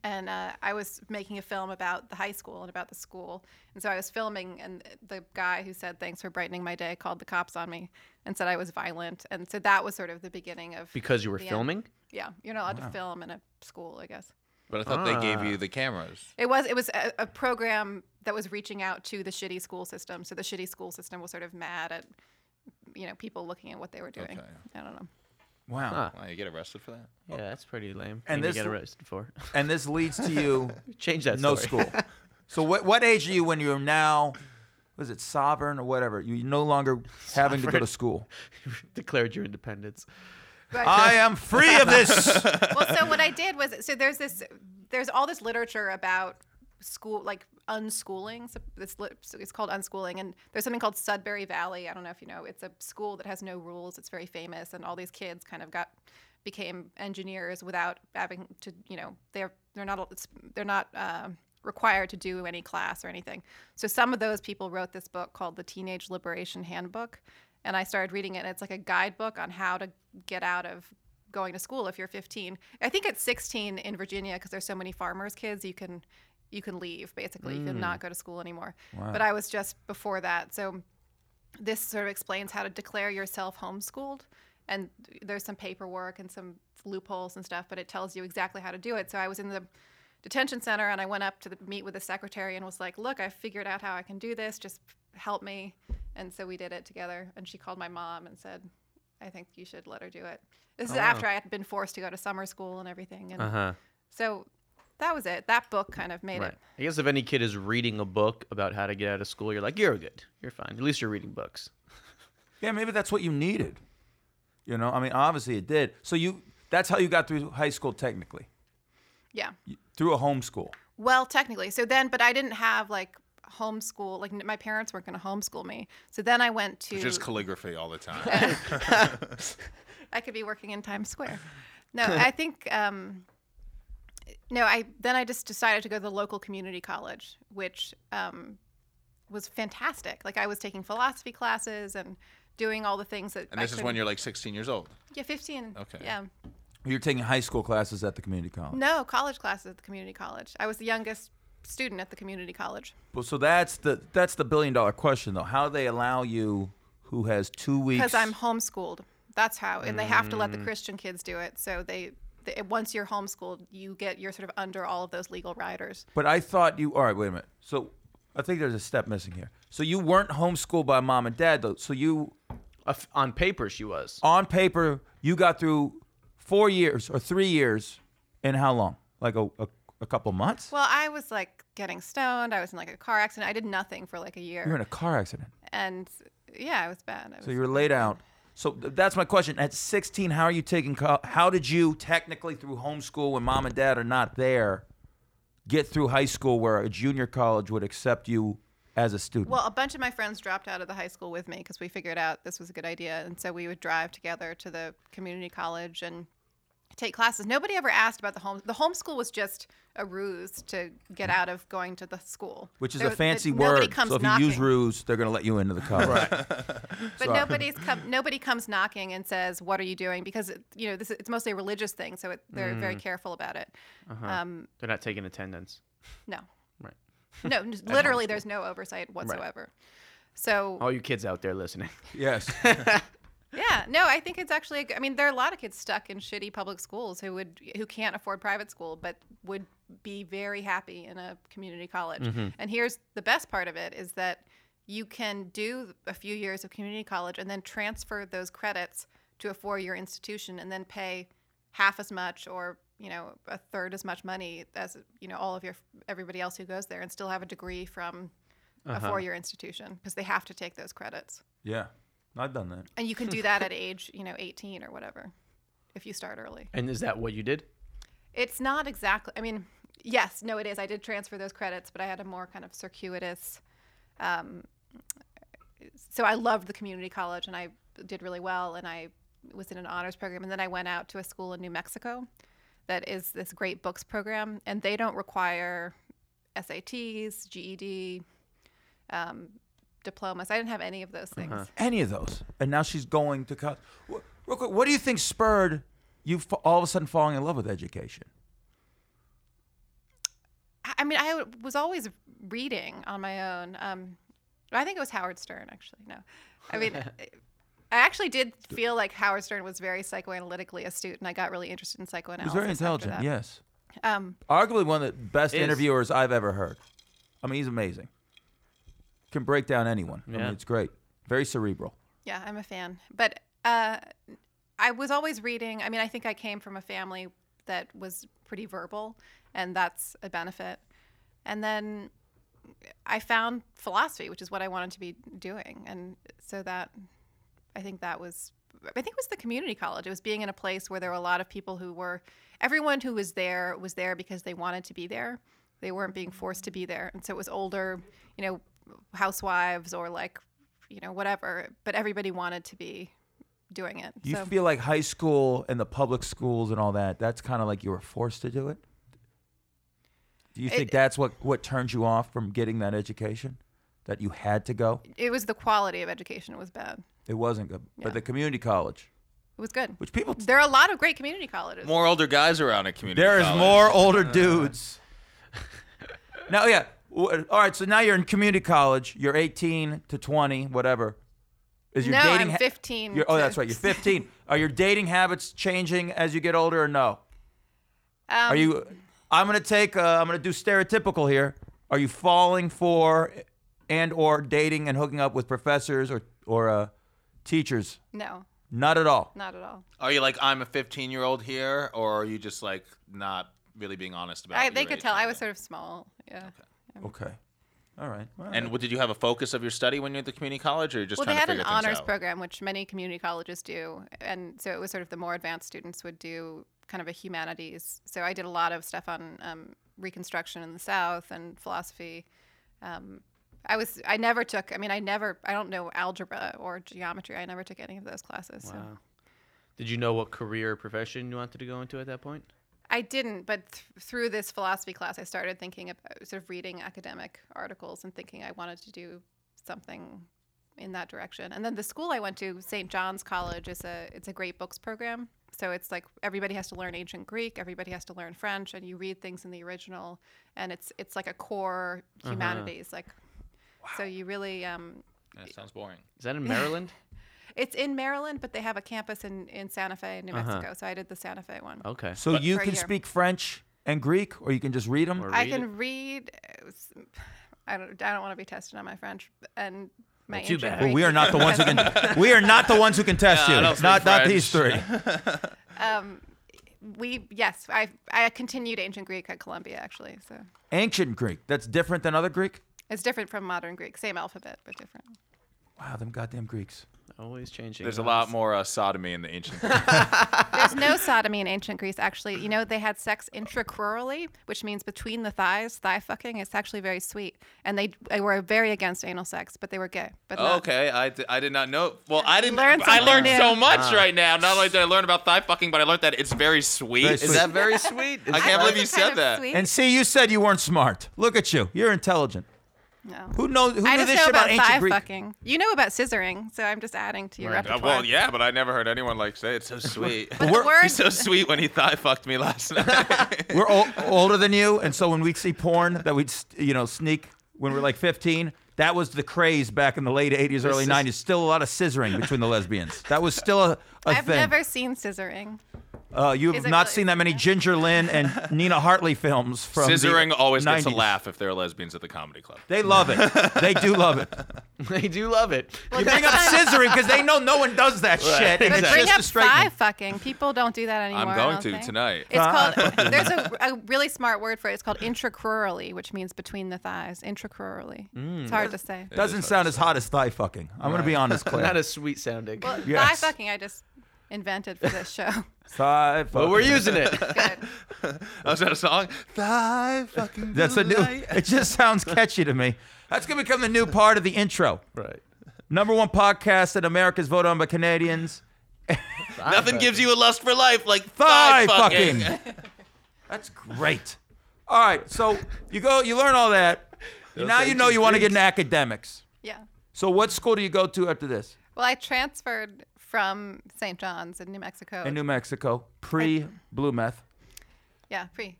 Speaker 6: And uh, I was making a film about the high school and about the school, and so I was filming, and the guy who said thanks for brightening my day called the cops on me and said I was violent, and so that was sort of the beginning of
Speaker 4: Because you were
Speaker 6: the end.
Speaker 4: filming?
Speaker 6: Yeah, you're not allowed to film in a school, I guess.
Speaker 5: But I thought they gave you the cameras.
Speaker 6: It was it was a, a program that was reaching out to the shitty school system. So the shitty school system was sort of mad at you know people looking at what they were doing.
Speaker 5: Okay.
Speaker 6: I don't know.
Speaker 3: Wow.
Speaker 5: Wow, you get arrested for that?
Speaker 4: Yeah, that's pretty lame.
Speaker 3: Oh. And
Speaker 4: And
Speaker 3: this-
Speaker 4: this get arrested for.
Speaker 3: And this leads to you
Speaker 4: [LAUGHS] Change that.
Speaker 3: no
Speaker 4: story.
Speaker 3: school. So what what age are you when you're now? Was it sovereign or whatever? You no longer having to go to
Speaker 4: Sovereign. [LAUGHS]
Speaker 3: school.
Speaker 4: Declared your independence.
Speaker 6: But,
Speaker 3: I am free of
Speaker 4: [LAUGHS]
Speaker 3: this.
Speaker 6: [LAUGHS] well, so what I did was so there's this there's all this literature about school like unschooling. So this lit- so it's called unschooling, and there's something called Sudbury Valley. I don't know if you know. It's a school that has no rules. It's very famous, and all these kids kind of got became engineers without having to you know they're they're not it's- they're not. um required to do any class or anything. So some of those people wrote this book called The Teenage Liberation Handbook and I started reading it and it's like a guidebook on how to get out of going to school if you're 15. I think at 16 in Virginia, because there's so many farmers' kids, you can you can leave basically. You can not go to school anymore. But I was just before that, so this sort of explains how to declare yourself homeschooled. And there's some paperwork and some loopholes and stuff, but it tells you exactly how to do it. So I was in the detention center and I went up to the, meet with the secretary and was like, "Look, I figured out how I can do this. Just help me." and so we did it together. And she called my mom and said, "I think you should let her do it." This is after I had been forced to go to summer school and everything, and
Speaker 3: Uh-huh.
Speaker 4: huh.
Speaker 6: so that was it. That book kind of made
Speaker 4: Uh-huh. Right.
Speaker 6: it.
Speaker 4: I guess if any kid is reading a book about how to get out of school, you're like, you're good. You're fine. At least you're reading books.
Speaker 3: Yeah, maybe that's what you needed. You know, I mean, obviously it did. So you that's how you got through high school technically.
Speaker 6: Yeah.
Speaker 3: You- Through a homeschool.
Speaker 6: Well, technically. So then, but I didn't have like homeschool. Like n- my parents weren't going to homeschool me. So then I went to.
Speaker 7: Just calligraphy all the time.
Speaker 6: [LAUGHS] I could be working in
Speaker 7: [LAUGHS]
Speaker 6: Times Square. No, I think. Um, no, I then I just decided to go to the local community college, which um, was fantastic. Like I was taking philosophy classes and doing all the things that.
Speaker 7: and
Speaker 6: I
Speaker 7: this is
Speaker 6: couldn't-
Speaker 7: when you're like 16 years old.
Speaker 6: Yeah, fifteen.
Speaker 7: Okay.
Speaker 6: Yeah.
Speaker 3: You're taking high school classes at the community college.
Speaker 6: No, college classes at the community college. I was the youngest student at the community college.
Speaker 3: Well, so that's the that's the billion dollar question though. How they allow you who has two weeks
Speaker 6: because I'm homeschooled. That's how, and they have to let the
Speaker 3: Mm.
Speaker 6: Christian kids do it. So they, they, once you're homeschooled, you get you're sort of under all of those legal riders.
Speaker 3: But I thought you. All right, wait a minute. So I think there's a step missing here. So you weren't homeschooled by mom and dad though. So you,
Speaker 4: A f- on paper, she was.
Speaker 6: Uh,
Speaker 3: on paper, you got through four years or three years in how long? Like a a, a couple months.
Speaker 6: Well, I was like getting stoned. I was in like a car accident. I did nothing for like a year,
Speaker 3: You're in a car accident.
Speaker 6: and yeah, it was bad. I was,
Speaker 3: So you were laid out. So th- that's my question. At 16, how are you taking? Co- how did you technically through homeschool when mom and dad are not there, get through high school where a junior college would accept you as a student?
Speaker 6: well, a bunch of my friends dropped out of the high school with me because we figured out this was a good idea, and so we would drive together to the community college and take classes. Nobody ever asked about the home. The homeschool was just a ruse to get out of going to the school,
Speaker 3: Mm. which is
Speaker 6: There
Speaker 3: a
Speaker 6: was-
Speaker 3: fancy
Speaker 6: but
Speaker 3: word.
Speaker 6: Nobody comes
Speaker 3: so if
Speaker 6: knocking.
Speaker 3: you use ruse, they're going to let you into the college.
Speaker 6: But
Speaker 3: Sorry.
Speaker 6: nobody's come. Nobody comes knocking and says, "What are you doing?" Because you know this. Is, it's mostly a religious thing, so it, they're very careful about it. Um,
Speaker 4: Uh-huh. They're not taking attendance.
Speaker 6: no,
Speaker 4: Right.
Speaker 6: no. n- literally, there's no oversight whatsoever. So
Speaker 4: All you kids out there listening.
Speaker 3: Yes.
Speaker 6: yeah, no. I think it's actually. a g- I mean, there are a lot of kids stuck in shitty public schools who would who can't afford private school, but would be very happy in a community college. And here's the best part of it is that you can do a few years of community college and then transfer those credits to a four-year institution and then pay half as much or you know a third as much money as you know all of your everybody else who goes there and still have a degree from a four-year institution because they have to take those credits
Speaker 3: [LAUGHS] yeah. I've done that.
Speaker 6: and you can do that at age you know 18 or whatever if you start early
Speaker 4: [LAUGHS] And is that what you did?
Speaker 6: it's not exactly i mean yes no it is i did transfer those credits but i had a more kind of circuitous um, so i loved the community college and i did really well and i was in an honors program and then i went out to a school in new mexico that is this great books program and they don't require sats ged um, diplomas i didn't have any of those things
Speaker 3: Any of those. And now she's going to college. Real quick, what do you think spurred you fa- all of a sudden falling in love with education?
Speaker 6: I- I mean, I w- was always reading on my own. Um, I think it was Howard Stern, actually. No, I
Speaker 3: [LAUGHS]
Speaker 6: mean, I actually did feel like Howard Stern was very psychoanalytically astute, and I got really interested in
Speaker 3: She's
Speaker 6: psychoanalysis.
Speaker 3: very
Speaker 6: after
Speaker 3: intelligent,
Speaker 6: that.
Speaker 3: yes.
Speaker 6: Um,
Speaker 3: Arguably one of the best
Speaker 4: Is.
Speaker 3: interviewers I've ever heard. I mean, he's amazing. Can break down anyone. I
Speaker 4: Yeah.
Speaker 3: mean, it's great. Very cerebral.
Speaker 6: yeah, I'm a fan. But uh, I was always reading. I mean, I think I came from a family that was pretty verbal, and that's a benefit. And then I found philosophy, which is what I wanted to be doing, and so that I think that was I think it was the community college. It was being in a place where there were a lot of people who were everyone who was there was there because they wanted to be there. They weren't being forced to be there. And so it was older, you know, housewives or like, you know, whatever, but everybody wanted to be doing it.
Speaker 3: Do you
Speaker 6: so
Speaker 3: feel like high school and the public schools and all that, that's kind of like you were forced to do it? Do you think
Speaker 6: It-
Speaker 3: that's what, what turned you off from getting that education? That you had to go?
Speaker 6: it was the quality of education was bad.
Speaker 3: It wasn't good.
Speaker 6: Yeah.
Speaker 3: But the community college,
Speaker 6: It was good.
Speaker 3: which people.
Speaker 6: There are a lot of great community colleges.
Speaker 7: More older guys around a community.
Speaker 3: there is
Speaker 7: college.
Speaker 3: more
Speaker 7: [LAUGHS]
Speaker 3: older dudes. now, yeah. w- All right, so now you're in community college. You're 18 to 20, whatever. Is your
Speaker 6: No,
Speaker 3: dating
Speaker 6: I'm
Speaker 3: ha-
Speaker 6: 15
Speaker 3: you're- oh,
Speaker 6: to-
Speaker 3: that's right. You're
Speaker 6: [LAUGHS]
Speaker 3: 15. Are your dating habits changing as you get older or no?
Speaker 6: Um,
Speaker 3: Are you? I'm gonna take. Uh, I'm gonna do stereotypical here. Are you falling for and or dating and hooking up with professors or or uh, teachers?
Speaker 6: No,
Speaker 3: Not at all.
Speaker 6: not at all.
Speaker 7: Are you like I'm a 15 year old here, or are you just like not really being honest about?
Speaker 6: I,
Speaker 7: your
Speaker 6: they could
Speaker 7: age
Speaker 6: tell
Speaker 7: and
Speaker 6: I was
Speaker 7: everything?
Speaker 6: sort of small. Yeah.
Speaker 3: Okay. All right. Well,
Speaker 7: And what, did you have a focus of your study when you were at the community college, or you're just
Speaker 6: Well, they
Speaker 7: trying
Speaker 6: had
Speaker 7: to
Speaker 6: an
Speaker 7: figure
Speaker 6: honors
Speaker 7: things out?
Speaker 6: program, which many community colleges do, and so it was sort of the more advanced students would do kind of a humanities. So I did a lot of stuff on um, Reconstruction in the South and philosophy. Um, I was I never took. I mean, I never. I don't know algebra or geometry. I never took any of those classes. So.
Speaker 8: Did you know what career or profession you wanted to go into at that point?
Speaker 6: I didn't, but th- through this philosophy class, I started thinking of sort of reading academic articles and thinking I wanted to do something in that direction. And then the school I went to, St. John's College, is a it's a great books program. So it's like everybody has to learn ancient Greek, everybody has to learn French, and you read things in the original. And it's it's like a core humanities, like. So you really, um,
Speaker 7: Yeah, it sounds boring.
Speaker 8: Is that in Maryland?
Speaker 6: it's in Maryland, but they have a campus in, in Santa Fe, New
Speaker 8: Uh-huh.
Speaker 6: Mexico. So I did the Santa Fe one.
Speaker 8: okay.
Speaker 3: so you
Speaker 6: For a
Speaker 3: can
Speaker 6: year.
Speaker 3: speak French and Greek, or you can just read them.
Speaker 8: Or
Speaker 6: I
Speaker 8: read
Speaker 6: can
Speaker 8: it?
Speaker 6: read. uh, s- I don't. I don't want to be tested on my French and my.
Speaker 8: too
Speaker 6: ancient
Speaker 8: bad.
Speaker 3: Well,
Speaker 6: Greek.
Speaker 3: we are not the ones
Speaker 6: [LAUGHS]
Speaker 3: who
Speaker 7: [LAUGHS]
Speaker 3: can. We are not the ones who can test
Speaker 7: I
Speaker 3: you.
Speaker 7: don't speak
Speaker 3: Not not these three.
Speaker 6: We yes. I I continued ancient Greek at Columbia actually. So
Speaker 3: Ancient Greek. That's different than other Greek.
Speaker 6: it's different from modern Greek. Same alphabet but different.
Speaker 3: Wow, them goddamn Greeks.
Speaker 8: Always changing.
Speaker 7: There's a
Speaker 8: huh?
Speaker 7: lot more uh, sodomy in the
Speaker 6: [LAUGHS]
Speaker 7: ancient.
Speaker 6: There's no sodomy in ancient Greece actually. You know they had sex intracrurally, which means between the thighs, thigh fucking. It's actually very sweet. And they, they were very against anal sex, but they were gay. But not-
Speaker 7: okay, I, di- I did not know. Well, I didn't.
Speaker 6: Learn
Speaker 7: I learned
Speaker 6: something
Speaker 7: so
Speaker 6: new.
Speaker 7: much right now. Not only did I learn about thigh fucking, but I learned that it's very sweet.
Speaker 3: Very
Speaker 7: Is
Speaker 3: sweet.
Speaker 7: that very
Speaker 4: [LAUGHS]
Speaker 7: sweet? I
Speaker 6: I
Speaker 7: can't
Speaker 6: was
Speaker 7: believe you
Speaker 6: kind
Speaker 7: said
Speaker 6: of
Speaker 7: that.
Speaker 6: sweet.
Speaker 3: And see, you said you weren't smart. Look at you. You're intelligent.
Speaker 6: No.
Speaker 3: Who knows? Who
Speaker 6: I
Speaker 3: knew
Speaker 6: just
Speaker 3: this
Speaker 6: know
Speaker 3: shit
Speaker 6: about
Speaker 3: about,
Speaker 6: thigh
Speaker 3: ancient Greek?
Speaker 6: fucking. You know about scissoring, so I'm just adding to
Speaker 7: [LAUGHS]
Speaker 6: your
Speaker 7: Uh,
Speaker 6: repertoire.
Speaker 7: well, yeah, but I never heard anyone like say it's so sweet.
Speaker 6: But the word,
Speaker 7: He's so sweet when he thigh fucked me [LAUGHS] last night.
Speaker 3: We're ol [LAUGHS] older than you, and so when we see porn that we'd s- you know sneak when we we're like 15, that was the craze back in the late 80s, early 90s. Still a lot of scissoring between the lesbians. That was still a, a
Speaker 6: I've
Speaker 3: thing.
Speaker 6: never seen scissoring.
Speaker 3: uh, you have
Speaker 6: Is it
Speaker 3: not
Speaker 6: really-
Speaker 3: seen that many Ginger Lynn and Nina Hartley films from the
Speaker 7: Scissoring always gets a
Speaker 3: 90s.
Speaker 7: laugh if there are lesbians at the comedy club.
Speaker 3: They love it. They do love it.
Speaker 8: they do love
Speaker 7: [LAUGHS]
Speaker 8: it.
Speaker 3: You bring up scissoring because they know no one does that shit. and
Speaker 6: [LAUGHS] But
Speaker 3: it's
Speaker 6: bring
Speaker 3: just
Speaker 6: up
Speaker 3: a straight man.
Speaker 6: thigh fucking. People don't do that anymore.
Speaker 7: I'm
Speaker 6: I
Speaker 7: going
Speaker 6: don't
Speaker 7: to
Speaker 6: think.
Speaker 7: tonight.
Speaker 6: It's called. [LAUGHS] There's a, a really smart word for it. It's called intracrurally, which means between the thighs. Intracrurally.
Speaker 3: Mm.
Speaker 6: it's hard to say.
Speaker 3: [LAUGHS] Doesn't sound as hot as thigh fucking. I'm gonna
Speaker 8: [LAUGHS]
Speaker 3: be honest, Claire.
Speaker 8: Not as sweet sounding.
Speaker 6: Well,
Speaker 3: Yes.
Speaker 6: thigh fucking, I just invented for this show. [LAUGHS]
Speaker 3: thigh fucking.
Speaker 8: but we're using
Speaker 7: [LAUGHS]
Speaker 8: it.
Speaker 6: Good.
Speaker 7: Oh, is that a song? Thigh fucking.
Speaker 3: That's a new. It just sounds catchy to me. That's gonna become the new part of the intro.
Speaker 8: right.
Speaker 3: Number one podcast that America's voted on by Canadians.
Speaker 7: Nothing gives you a lust for life like
Speaker 3: Thigh
Speaker 7: thigh fucking.
Speaker 3: fucking. That's great. All right, so you go, you learn all that. now you know you want to get into academics.
Speaker 6: Yeah.
Speaker 3: So what school do you go to after this
Speaker 6: Well, I transferred from St. John's in New Mexico.
Speaker 3: in New Mexico? Pre blue meth.
Speaker 6: Uh, Yeah, free.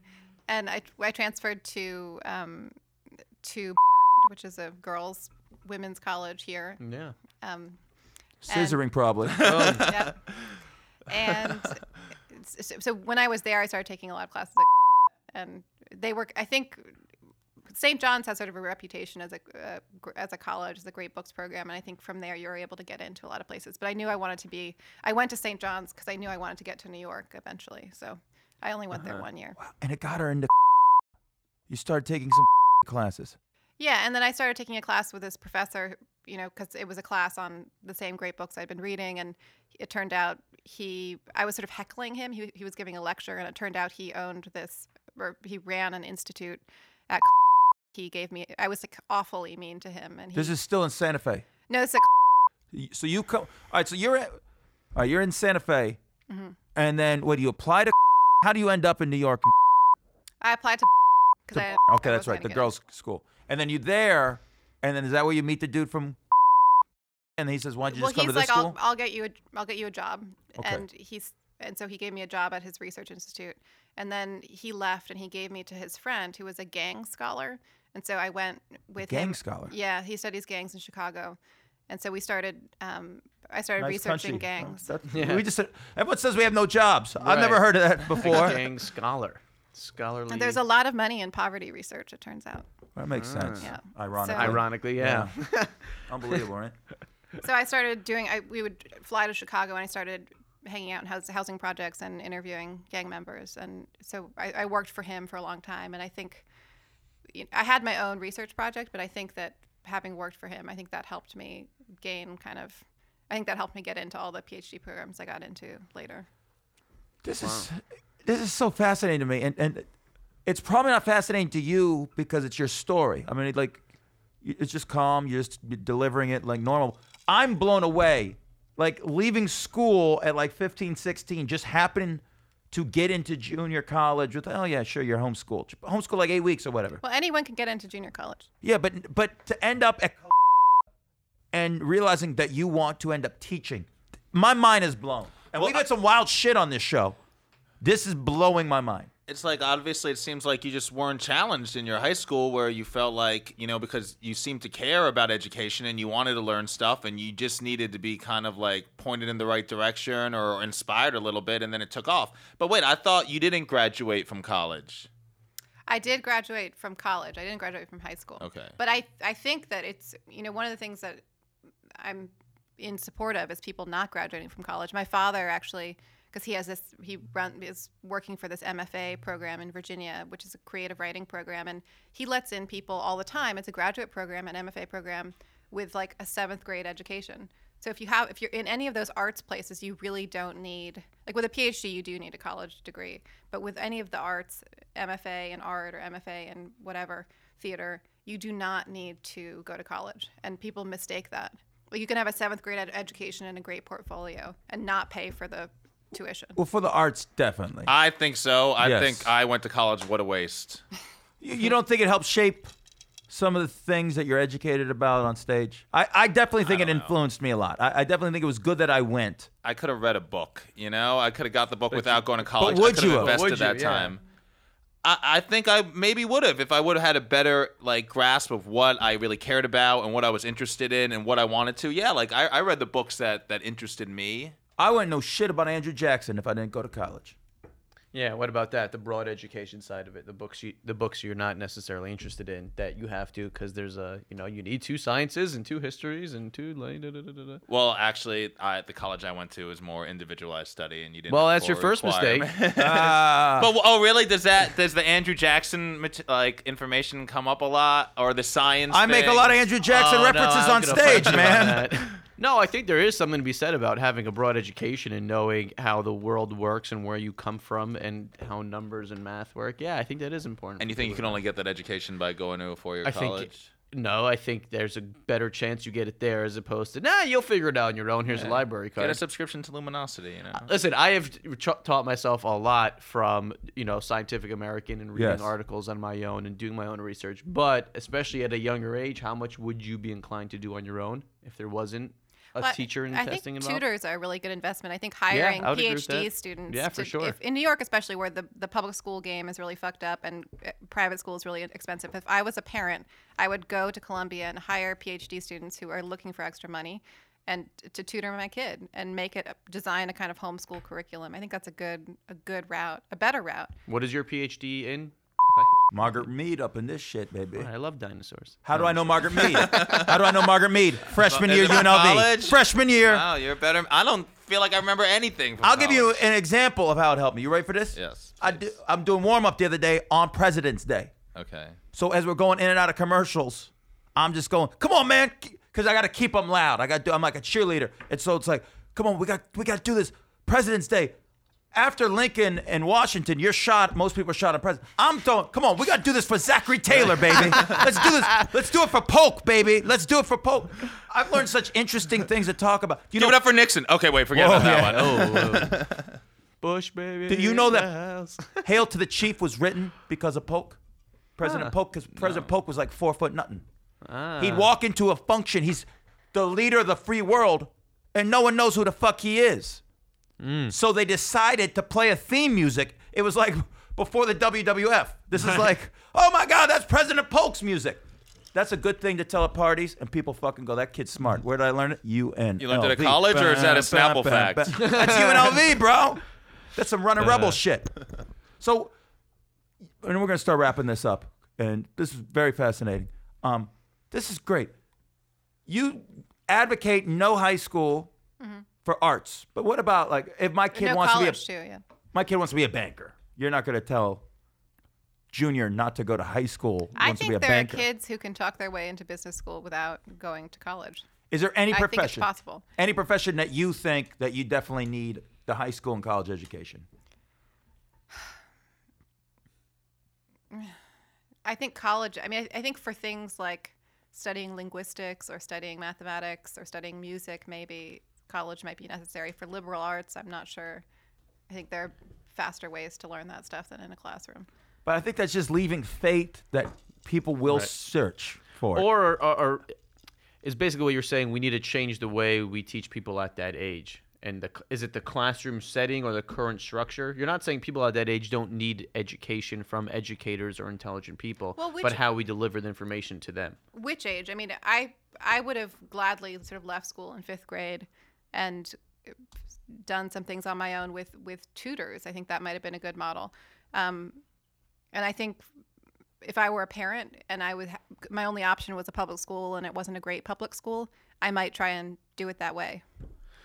Speaker 6: And I, I transferred to um, to which is a girls' women's college here.
Speaker 8: Yeah.
Speaker 6: Um,
Speaker 3: Scissoring probably.
Speaker 6: [LAUGHS] yeah. And so, so when I was there, I started taking a lot of classes at Columbia, and they were. I think St. John's has sort of a reputation as a uh, gr- as a college, as a great books program, and I think from there you're able to get into a lot of places. But I knew I wanted to be. I went to St. John's because I knew I wanted to get to New York eventually. So I only went there one year.
Speaker 3: and it got her into. [LAUGHS] You started taking some [LAUGHS] classes.
Speaker 6: Yeah, and then I started taking a class with this professor, you know, because it was a class on the same great books I'd been reading, and it turned out he, I was sort of heckling him. He, he was giving a lecture, and it turned out he owned this, or he ran an institute at. [LAUGHS] He gave me. I was like awfully mean to him, and he.
Speaker 3: This is still in Santa Fe.
Speaker 6: no, it's a [LAUGHS]
Speaker 3: Y- So you come. All right. So you're at. All right. You're in Santa Fe,
Speaker 6: Mm-hmm.
Speaker 3: and then what do you apply to? [LAUGHS] How do you end up in New York? [LAUGHS]
Speaker 6: I applied to [LAUGHS] because I.
Speaker 3: Okay,
Speaker 6: I
Speaker 3: that's
Speaker 6: wasn't
Speaker 3: right. The
Speaker 6: gonna get it.
Speaker 3: girls' school, and then you there, and then is that where you meet the dude from? [LAUGHS] And he says, "Why don't you
Speaker 6: well,
Speaker 3: just come
Speaker 6: he's
Speaker 3: to this
Speaker 6: like,
Speaker 3: school?"
Speaker 6: I'll, I'll get you a, I'll get you a job,
Speaker 3: Okay.
Speaker 6: and he's, and so he gave me a job at his research institute, and then he left, and he gave me to his friend who was a gang scholar, and so I went with
Speaker 3: gang
Speaker 6: him.
Speaker 3: scholar?
Speaker 6: Yeah, he studies gangs in Chicago, and so we started, um, I started
Speaker 3: Nice
Speaker 6: researching
Speaker 3: country.
Speaker 6: gangs.
Speaker 3: That- We just everyone says we have no jobs. I've never
Speaker 8: Right.
Speaker 3: heard of that
Speaker 8: Big
Speaker 3: before.
Speaker 8: Gang scholar.
Speaker 9: Scholarly.
Speaker 6: And there's a lot of money in poverty research, it turns out.
Speaker 3: That makes sense.
Speaker 6: Yeah.
Speaker 3: Ironically.
Speaker 6: So-
Speaker 9: Ironically, yeah.
Speaker 3: Unbelievable, right?
Speaker 6: So I started doing. I, we would fly to Chicago, and I started hanging out in house, housing projects and interviewing gang members. And so I, I worked for him for a long time. And I think you know, I had my own research project, but I think that having worked for him, I think that helped me gain kind of. I think that helped me get into all the PhD programs I got into later.
Speaker 3: This is this is so fascinating to me, and and it's probably not fascinating to you because it's your story. I mean, it, like y- it's just calm. You're just delivering it like normal. I'm blown away. Like leaving school at like 15, 16, just happening to get into junior college with oh yeah, sure, you're homeschooled. Homeschool like eight weeks or whatever.
Speaker 6: Well, anyone can get into junior college.
Speaker 3: Yeah, but but to end up at [LAUGHS] and realizing that you want to end up teaching, my mind is blown. And we've got some wild shit on this show. This is blowing my mind.
Speaker 5: It's like obviously it seems like you just weren't challenged in your high school where you felt like, you know, because you seemed to care about education and you wanted to learn stuff and you just needed to be kind of like pointed in the right direction or inspired a little bit and then it took off. But wait, I thought you didn't graduate from college.
Speaker 6: I did graduate from college. I didn't graduate from high school.
Speaker 5: Okay.
Speaker 6: But I I think that it's you know one of the things that I'm in support of is people not graduating from college. My father actually because he has this he run is working for this MFA program in Virginia, which is a creative writing program and he lets in people all the time. It's a graduate program, an MFA program with like a 7th grade education. So if you have if you're in any of those arts places, you really don't need like with a PhD you do need a college degree, but with any of the arts, MFA in art or MFA in whatever theater, you do not need to go to college. And people mistake that. Like you can have a 7th grade ed- education and a great portfolio and not pay for the tuition.
Speaker 3: Well, for the arts, definitely.
Speaker 5: I think so. I
Speaker 3: Yes.
Speaker 5: think I went to college. What a waste.
Speaker 3: You, you don't think it helps shape some of the things that you're educated about on stage? I, I definitely think it influenced me a lot. I, I definitely think it was good that I went.
Speaker 5: I could have read a book, you know? I could have got the book without going to college.
Speaker 3: would
Speaker 5: I could
Speaker 3: you
Speaker 5: have
Speaker 3: have?
Speaker 5: invested
Speaker 4: Would you?
Speaker 5: that
Speaker 4: Yeah.
Speaker 5: time. I, I think I maybe would have if I would have had a better like grasp of what I really cared about and what I was interested in and what I wanted to. Yeah, like I, I read the books that that interested me.
Speaker 3: I wouldn't know shit about Andrew Jackson if I didn't go to
Speaker 4: [LAUGHS]
Speaker 3: college.
Speaker 4: [LAUGHS] Yeah, what about that? The broad education side of it, the books you the books you're not necessarily interested in that you have to because there's a you know you need two sciences and two histories and two. la- da- da- da- da- da.
Speaker 5: Well, actually, I, the college I went to was more individualized study, and you didn't.
Speaker 4: Well,
Speaker 5: have
Speaker 4: that's your
Speaker 5: core
Speaker 4: first mistake. [LAUGHS]
Speaker 5: requirement.
Speaker 3: Ah,
Speaker 5: but oh, really? Does that does the Andrew Jackson mat- like information come up a lot, or the science?
Speaker 3: I make a
Speaker 5: thing?
Speaker 3: lot of Andrew Jackson
Speaker 4: Oh, no,
Speaker 3: references
Speaker 4: I'm
Speaker 3: on
Speaker 4: gonna fight
Speaker 3: stage,
Speaker 4: you on
Speaker 3: man.
Speaker 4: that. No, I think there is something to be said about having a broad education and knowing how the world works and where you come from and how numbers and math work. Yeah, I think that is important.
Speaker 5: And you
Speaker 4: for
Speaker 5: think you
Speaker 4: people
Speaker 5: can only get that education by going to a four-year
Speaker 4: I
Speaker 5: college?
Speaker 4: think no, I think there's a better chance you get it there as opposed to nah, you'll figure it out on your own. Here's a library
Speaker 5: Get a
Speaker 4: card.
Speaker 5: subscription to Luminosity, you know.
Speaker 3: Uh,
Speaker 4: Listen, I have t- taught myself a lot from you know Scientific American and reading
Speaker 3: Yes.
Speaker 4: articles on my own and doing my own research. But especially at a younger age, how much would you be inclined to do on your own if there wasn't a
Speaker 6: Well,
Speaker 4: teacher and
Speaker 6: I
Speaker 4: testing
Speaker 6: think
Speaker 4: involved?
Speaker 6: tutors are a really good investment. I think hiring
Speaker 4: I would agree with
Speaker 6: PhD
Speaker 4: that.
Speaker 6: students.
Speaker 4: Yeah, for
Speaker 6: to-
Speaker 4: sure.
Speaker 6: If, in New York, especially, where the, the public school game is really fucked up and uh, private school is really expensive. If I was a parent, I would go to Columbia and hire PhD students who are looking for extra money and t- to tutor my kid and make it uh, design a kind of homeschool curriculum. I think that's a good a good route, a better route.
Speaker 4: What is your
Speaker 3: [LAUGHS]
Speaker 4: PhD in?
Speaker 3: Margaret Mead up in this shit, baby.
Speaker 4: I love dinosaurs.
Speaker 3: How do I know Margaret Mead? How do I know Margaret
Speaker 5: [LAUGHS]
Speaker 3: Mead? Freshman year
Speaker 5: Is it
Speaker 3: UNLV.
Speaker 5: college?
Speaker 3: Freshman year.
Speaker 5: Wow, you're better. I don't feel like I remember anything. From
Speaker 3: I'll give you
Speaker 5: college.
Speaker 3: an example of how it helped me. You ready for this?
Speaker 5: Yes,
Speaker 3: I do, I'm doing warm up the other day on President's Day.
Speaker 5: Okay.
Speaker 3: So as we're going in and out of commercials, I'm just going, "Come on, man," because I got to keep them loud. I got to. I'm like a cheerleader, and so it's like, "Come on, we got we got to do this." President's Day. After Lincoln and Washington, you're shot. Most people are shot on president. I'm throwing. Come on, we got to do this for Zachary Taylor, baby. Let's do this. Let's do it for Polk, baby. Let's do it for Polk. I've learned such interesting things to talk about. You
Speaker 5: Give
Speaker 3: know,
Speaker 5: it up for Nixon. Okay, wait, forget
Speaker 3: Whoa,
Speaker 5: about that
Speaker 3: yeah.
Speaker 5: one.
Speaker 3: [LAUGHS]
Speaker 4: Oh, Bush baby.
Speaker 3: Do you know
Speaker 4: in the
Speaker 3: that-
Speaker 4: house. [LAUGHS]
Speaker 3: "Hail to the Chief" was written because of Polk,
Speaker 5: Ah.
Speaker 3: President Polk, because President Polk was like four foot nothing. He'd walk into a function. He's the leader of the free world, and no one knows who the fuck he is.
Speaker 5: Hmm.
Speaker 3: So they decided to play a theme music. It was like before the WWF. This is like, oh my God, that's President Polk's music. That's a good thing to tell at parties, and people fucking go, that kid's smart. Where did I learn it? UNLV.
Speaker 5: You learned it at college, or is that a Snapple fact? [LAUGHS] Uh.
Speaker 3: That's UNLV, bro. That's some running rebel shit. So and we're gonna start wrapping this up. And this is very fascinating. Um, this is great. You advocate no high school for arts, but what about like if my kid
Speaker 6: Mm-hmm. no
Speaker 3: wants
Speaker 6: college
Speaker 3: to be a,
Speaker 6: too. Yeah.
Speaker 3: my kid wants to be a banker? You're not gonna tell junior not to go to high school. He
Speaker 6: I
Speaker 3: wants to be a
Speaker 6: think there
Speaker 3: banker.
Speaker 6: are kids who can talk their way into business school without going to college.
Speaker 3: Is there any
Speaker 6: I think it's
Speaker 3: profession?
Speaker 6: possible.
Speaker 3: Any profession that you think that you definitely need the high school and college education?
Speaker 6: I think college. I mean, I, I think for things like studying linguistics or studying mathematics or studying music, maybe college might be necessary. For liberal arts, I'm not sure. I think there are faster ways to learn that stuff than in a classroom.
Speaker 3: But I think that's just leaving fate that people will search for. it.
Speaker 4: or, or, or is basically what you're saying we need to change the way we teach people at that age and the, is it the classroom setting or the current structure you're not saying people at that age don't need education from educators or intelligent people
Speaker 6: Well, which-
Speaker 4: but how we deliver the information to them
Speaker 6: Which age? I mean, I I would have gladly sort of left school in fifth grade and done some things on my own with with tutors. I think that might have been a good model. Um, and I think if I were a parent and I would ha- my only option was a public school and it wasn't a great public school, I might try and do it that way.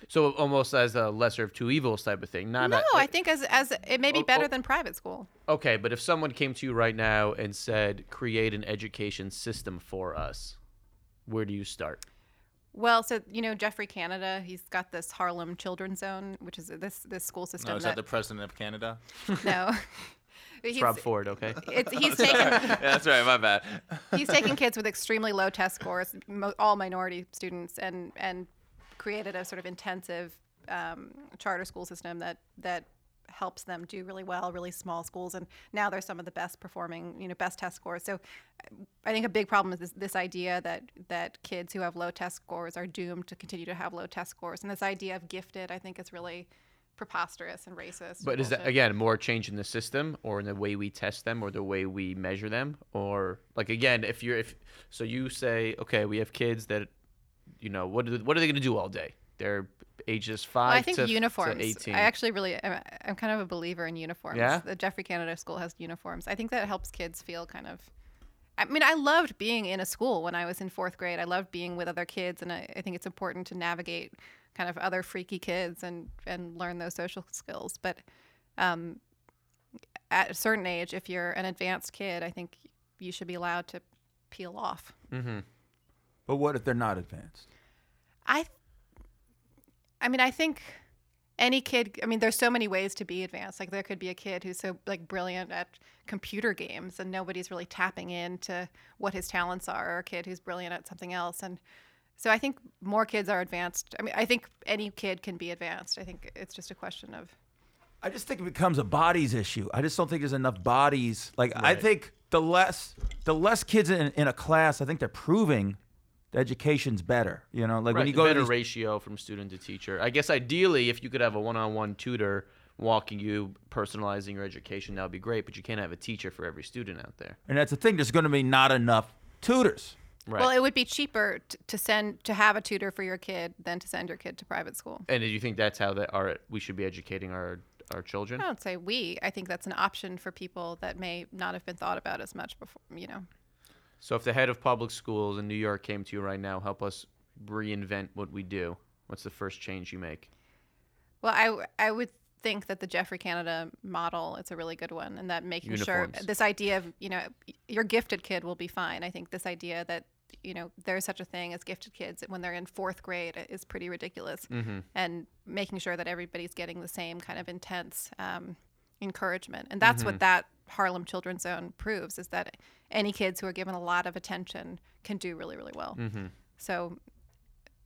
Speaker 4: so almost as a lesser of two evils type of thing not
Speaker 6: no,
Speaker 4: a,
Speaker 6: I think as as it
Speaker 5: Oh,
Speaker 6: may be better than private school.
Speaker 4: okay but if someone came to you right now and said create an education system for us where do you start
Speaker 6: Well, so you know Jeffrey Canada, he's got this Harlem Children's Zone, which is this this school system.
Speaker 5: No, Oh, is
Speaker 6: that,
Speaker 5: that the president of Canada?
Speaker 6: no. [LAUGHS] He's-
Speaker 4: rob ford okay [LAUGHS]
Speaker 6: It's, he's
Speaker 5: [LAUGHS]
Speaker 6: taken
Speaker 5: Yeah, that's right. My bad.
Speaker 6: he's taken kids with extremely low test scores, mo- all minority students, and and created a sort of intensive um, charter school system that that helps them do really well, really small schools, and now they're some of the best performing, you know, best test scores. So, I think a big problem is this, this idea that that kids who have low test scores are doomed to continue to have low test scores, and this idea of gifted, I think, is really preposterous and racist. and
Speaker 4: But is that
Speaker 6: bullshit.
Speaker 4: again more change in the system or in the way we test them or the way we measure them or like again if you're if so you say okay we have kids that you know what are, what are they going to do all day they're ages 5
Speaker 6: Well, I think
Speaker 4: to, to
Speaker 6: uniforms.
Speaker 4: 18
Speaker 6: I actually really, I'm, I'm kind of a believer in uniforms.
Speaker 4: Yeah?
Speaker 6: The Jeffrey Canada School has uniforms. I think that helps kids feel kind of. I mean, I loved being in a school when I was in fourth grade. I loved being with other kids, and I, I think it's important to navigate kind of other freaky kids and and learn those social skills. But um, at a certain age, if you're an advanced kid, I think you should be allowed to peel off.
Speaker 3: but what if they're not advanced?
Speaker 6: I I mean, I think any kid, I mean, there's so many ways to be advanced. Like there could be a kid who's so like brilliant at computer games and nobody's really tapping into what his talents are or a kid who's brilliant at something else and so I think more kids are advanced. I mean, I think any kid can be advanced. I think it's just a question of
Speaker 3: I just think it becomes a bodies issue. I just don't think there's enough bodies. Like I think the less the less kids in, in a class, I think they're proving the education's better. You know, like
Speaker 4: right,
Speaker 3: when you
Speaker 4: the
Speaker 3: go
Speaker 4: better
Speaker 3: to these-
Speaker 4: ratio from student to teacher I guess ideally if you could have a one-on-one tutor walking you personalizing your education that would be great but you can't have a teacher for every student out there
Speaker 3: and that's the thing. There's going to be not enough tutors.
Speaker 4: right
Speaker 6: Well, it would be cheaper t- to send to have a tutor for your kid than to send your kid to private school.
Speaker 4: and do you think that's how that our we should be educating our our children
Speaker 6: I don't say we. I think that's an option for people that may not have been thought about as much before, you know.
Speaker 4: So if the head of public schools in New York came to you right now, help us reinvent what we do. What's the first change you make?
Speaker 6: Well, I, w- I would think that the Jeffrey Canada model is a really good one, and that making sure
Speaker 4: Uniforms.
Speaker 6: this idea of you know your gifted kid will be fine. I think this idea that you know there's such a thing as gifted kids when they're in fourth grade is pretty ridiculous,
Speaker 5: Mm-hmm.
Speaker 6: and making sure that everybody's getting the same kind of intense um, encouragement, and that's
Speaker 5: Mm-hmm.
Speaker 6: what that Harlem Children's Zone proves is that any kids who are given a lot of attention can do really really well. So.
Speaker 5: Mm-hmm.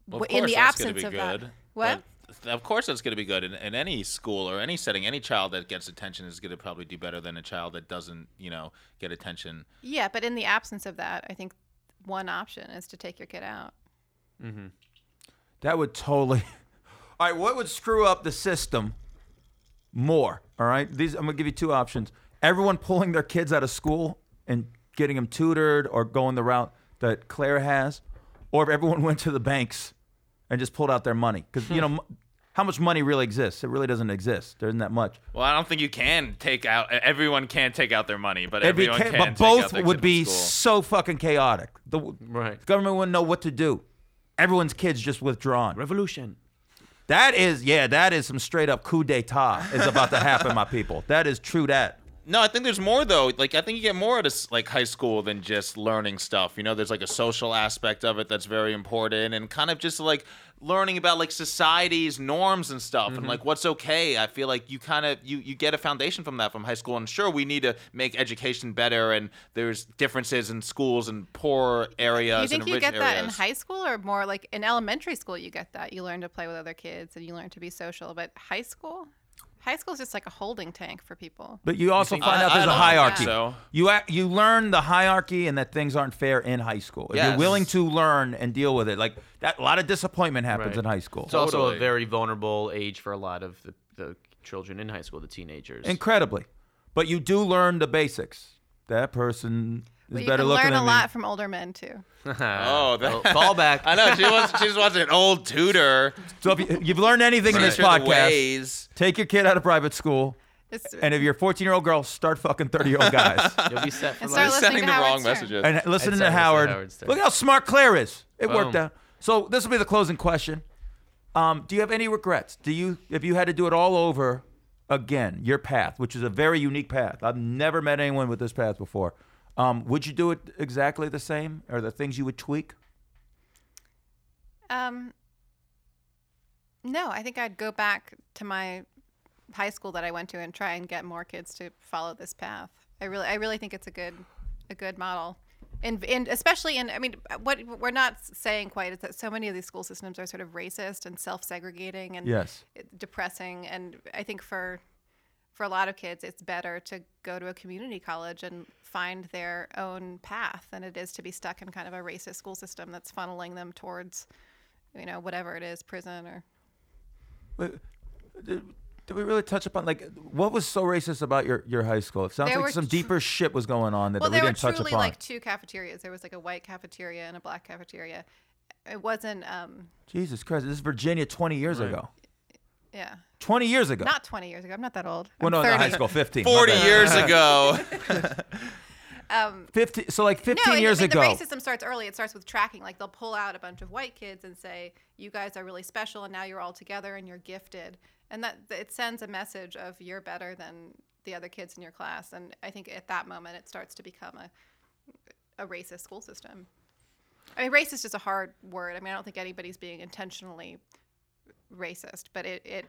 Speaker 5: Well, of
Speaker 6: w- in the
Speaker 5: course that's gonna
Speaker 6: absence
Speaker 5: be
Speaker 6: of that,
Speaker 5: good,
Speaker 6: what?
Speaker 5: but Of course, that's going to be good in, in any school or any setting. Any child that gets attention is going to probably do better than a child that doesn't, you know, get attention.
Speaker 6: Yeah, but in the absence of that, I think one option is to take your kid out.
Speaker 3: That would totally. [LAUGHS] All right, what would screw up the system more? All right, these I'm gonna give you two options: everyone pulling their kids out of school and getting them tutored, or going the route that [LAUGHS]
Speaker 10: Hmm.
Speaker 3: Claire has, or if everyone went to the banks and just pulled out their money. Because you know, m- how much money really exists? It really doesn't exist. There isn't that much.
Speaker 10: Well, I don't think you can take out everyone can't take out their money, but
Speaker 3: It'd be
Speaker 10: everyone
Speaker 3: cha-
Speaker 10: can.
Speaker 3: but
Speaker 10: take out
Speaker 3: both
Speaker 10: their
Speaker 3: would
Speaker 10: kid from
Speaker 3: be
Speaker 10: school.
Speaker 3: so fucking chaotic. The w-
Speaker 4: Right.
Speaker 3: government wouldn't know what to do. Everyone's kids just withdrawn.
Speaker 4: Revolution.
Speaker 3: That is, yeah, that is some straight up coup d'etat is about to happen, my people. That is true. That
Speaker 5: No, I think there's more though. Like I think you get more out of s- like high school than just learning stuff. You know, there's like a social aspect of it that's very important, and kind of just like learning about like society's norms and stuff, and like what's okay. I feel like you kind of you you get a foundation from that from high school. And sure, we need to make education better, and there's differences in schools and poor areas.
Speaker 6: you think
Speaker 5: and
Speaker 6: you
Speaker 5: rich
Speaker 6: get that in
Speaker 5: areas.
Speaker 6: high school or more like in elementary school you get that you learn to play with other kids and you learn to be social but high school high school is just like a holding tank for people
Speaker 3: But you also find
Speaker 5: I-
Speaker 3: out
Speaker 5: I
Speaker 3: there's a
Speaker 5: don't
Speaker 3: hierarchy.
Speaker 5: think so.
Speaker 3: You ac- you learn the hierarchy and that things aren't fair in high school. If you're
Speaker 5: Yes.
Speaker 3: willing to learn and deal with it, like that, a lot of disappointment happens in
Speaker 4: Right.
Speaker 3: high school.
Speaker 4: It's also a
Speaker 5: Totally.
Speaker 4: very vulnerable age for a lot of the, the children in high school, the
Speaker 11: [LAUGHS]
Speaker 4: teenagers. [LAUGHS]
Speaker 3: Incredibly, but you do learn the basics. That person is
Speaker 6: but you
Speaker 3: better
Speaker 6: can
Speaker 3: looking
Speaker 6: learn
Speaker 3: than
Speaker 6: a
Speaker 3: me.
Speaker 6: lot from older men too
Speaker 5: Oh,
Speaker 4: oh,
Speaker 5: that-
Speaker 4: call back.
Speaker 5: [LAUGHS] I know she was she was watching an old tutor
Speaker 3: So if you, you've learned anything in this
Speaker 5: teach her the
Speaker 3: podcast,
Speaker 5: ways.
Speaker 3: take your kid out of private school,
Speaker 6: It's-
Speaker 3: and if you're a 14 year old girl, start fucking 30 year old guys
Speaker 5: [LAUGHS]
Speaker 4: You'll be set for
Speaker 6: And
Speaker 4: life.
Speaker 6: start listening
Speaker 5: sending
Speaker 6: to
Speaker 5: the
Speaker 6: Howard
Speaker 5: wrong
Speaker 6: Stern.
Speaker 5: messages.
Speaker 3: and listening
Speaker 4: sorry,
Speaker 3: to
Speaker 4: listen to
Speaker 3: Howard.
Speaker 4: Howard Stern.
Speaker 3: Look how smart Claire is. It worked
Speaker 4: Boom.
Speaker 3: out. So this will be the closing question. Um, do you have any regrets? Do you, if you had to do it all over again, your path, which is a very unique path. I've never met anyone with this path before. Um, would you do it exactly the same? Are there things you would tweak?
Speaker 6: um no i think i'd go back to my high school that i went to and try and get more kids to follow this path i really i really think it's a good a good model and, and especially in i mean what we're not saying quite is that so many of these school systems are sort of racist and self-segregating and
Speaker 3: Yes.
Speaker 6: depressing and i think for for a lot of kids it's better to go to a community college and find their own path than it is to be stuck in kind of a racist school system that's funneling them towards you know whatever it is prison or
Speaker 3: Did we really touch upon like what was so racist about your, your high school? It sounds
Speaker 6: There
Speaker 3: like
Speaker 6: were
Speaker 3: some
Speaker 6: tr-
Speaker 3: deeper shit was going on that,
Speaker 6: well
Speaker 3: that we
Speaker 6: there were
Speaker 3: didn't touch
Speaker 6: truly
Speaker 3: upon.
Speaker 6: like two cafeterias there was like a white cafeteria and a black cafeteria it wasn't um
Speaker 3: Jesus Christ, this is Virginia 20 years ago.
Speaker 6: yeah
Speaker 3: 20 years ago.
Speaker 6: not 20 years ago i'm not that old
Speaker 3: well,
Speaker 6: I'm
Speaker 3: no,
Speaker 6: 30.
Speaker 3: not high school, 15. my [LAUGHS]
Speaker 5: 40
Speaker 3: bad.
Speaker 5: years ago.
Speaker 3: 15 so like 15
Speaker 6: no,
Speaker 3: years
Speaker 6: and,
Speaker 3: ago.
Speaker 6: and the racism starts early. It starts with tracking. Like they'll pull out a bunch of white kids and say, "You guys are really special, and now you're all together and you're gifted." And that that it sends a message of you're better than the other kids in your class. And I think at that moment it starts to become a a racist school system. I mean, racist is a hard word. I mean, I don't think anybody's being intentionally racist, but it it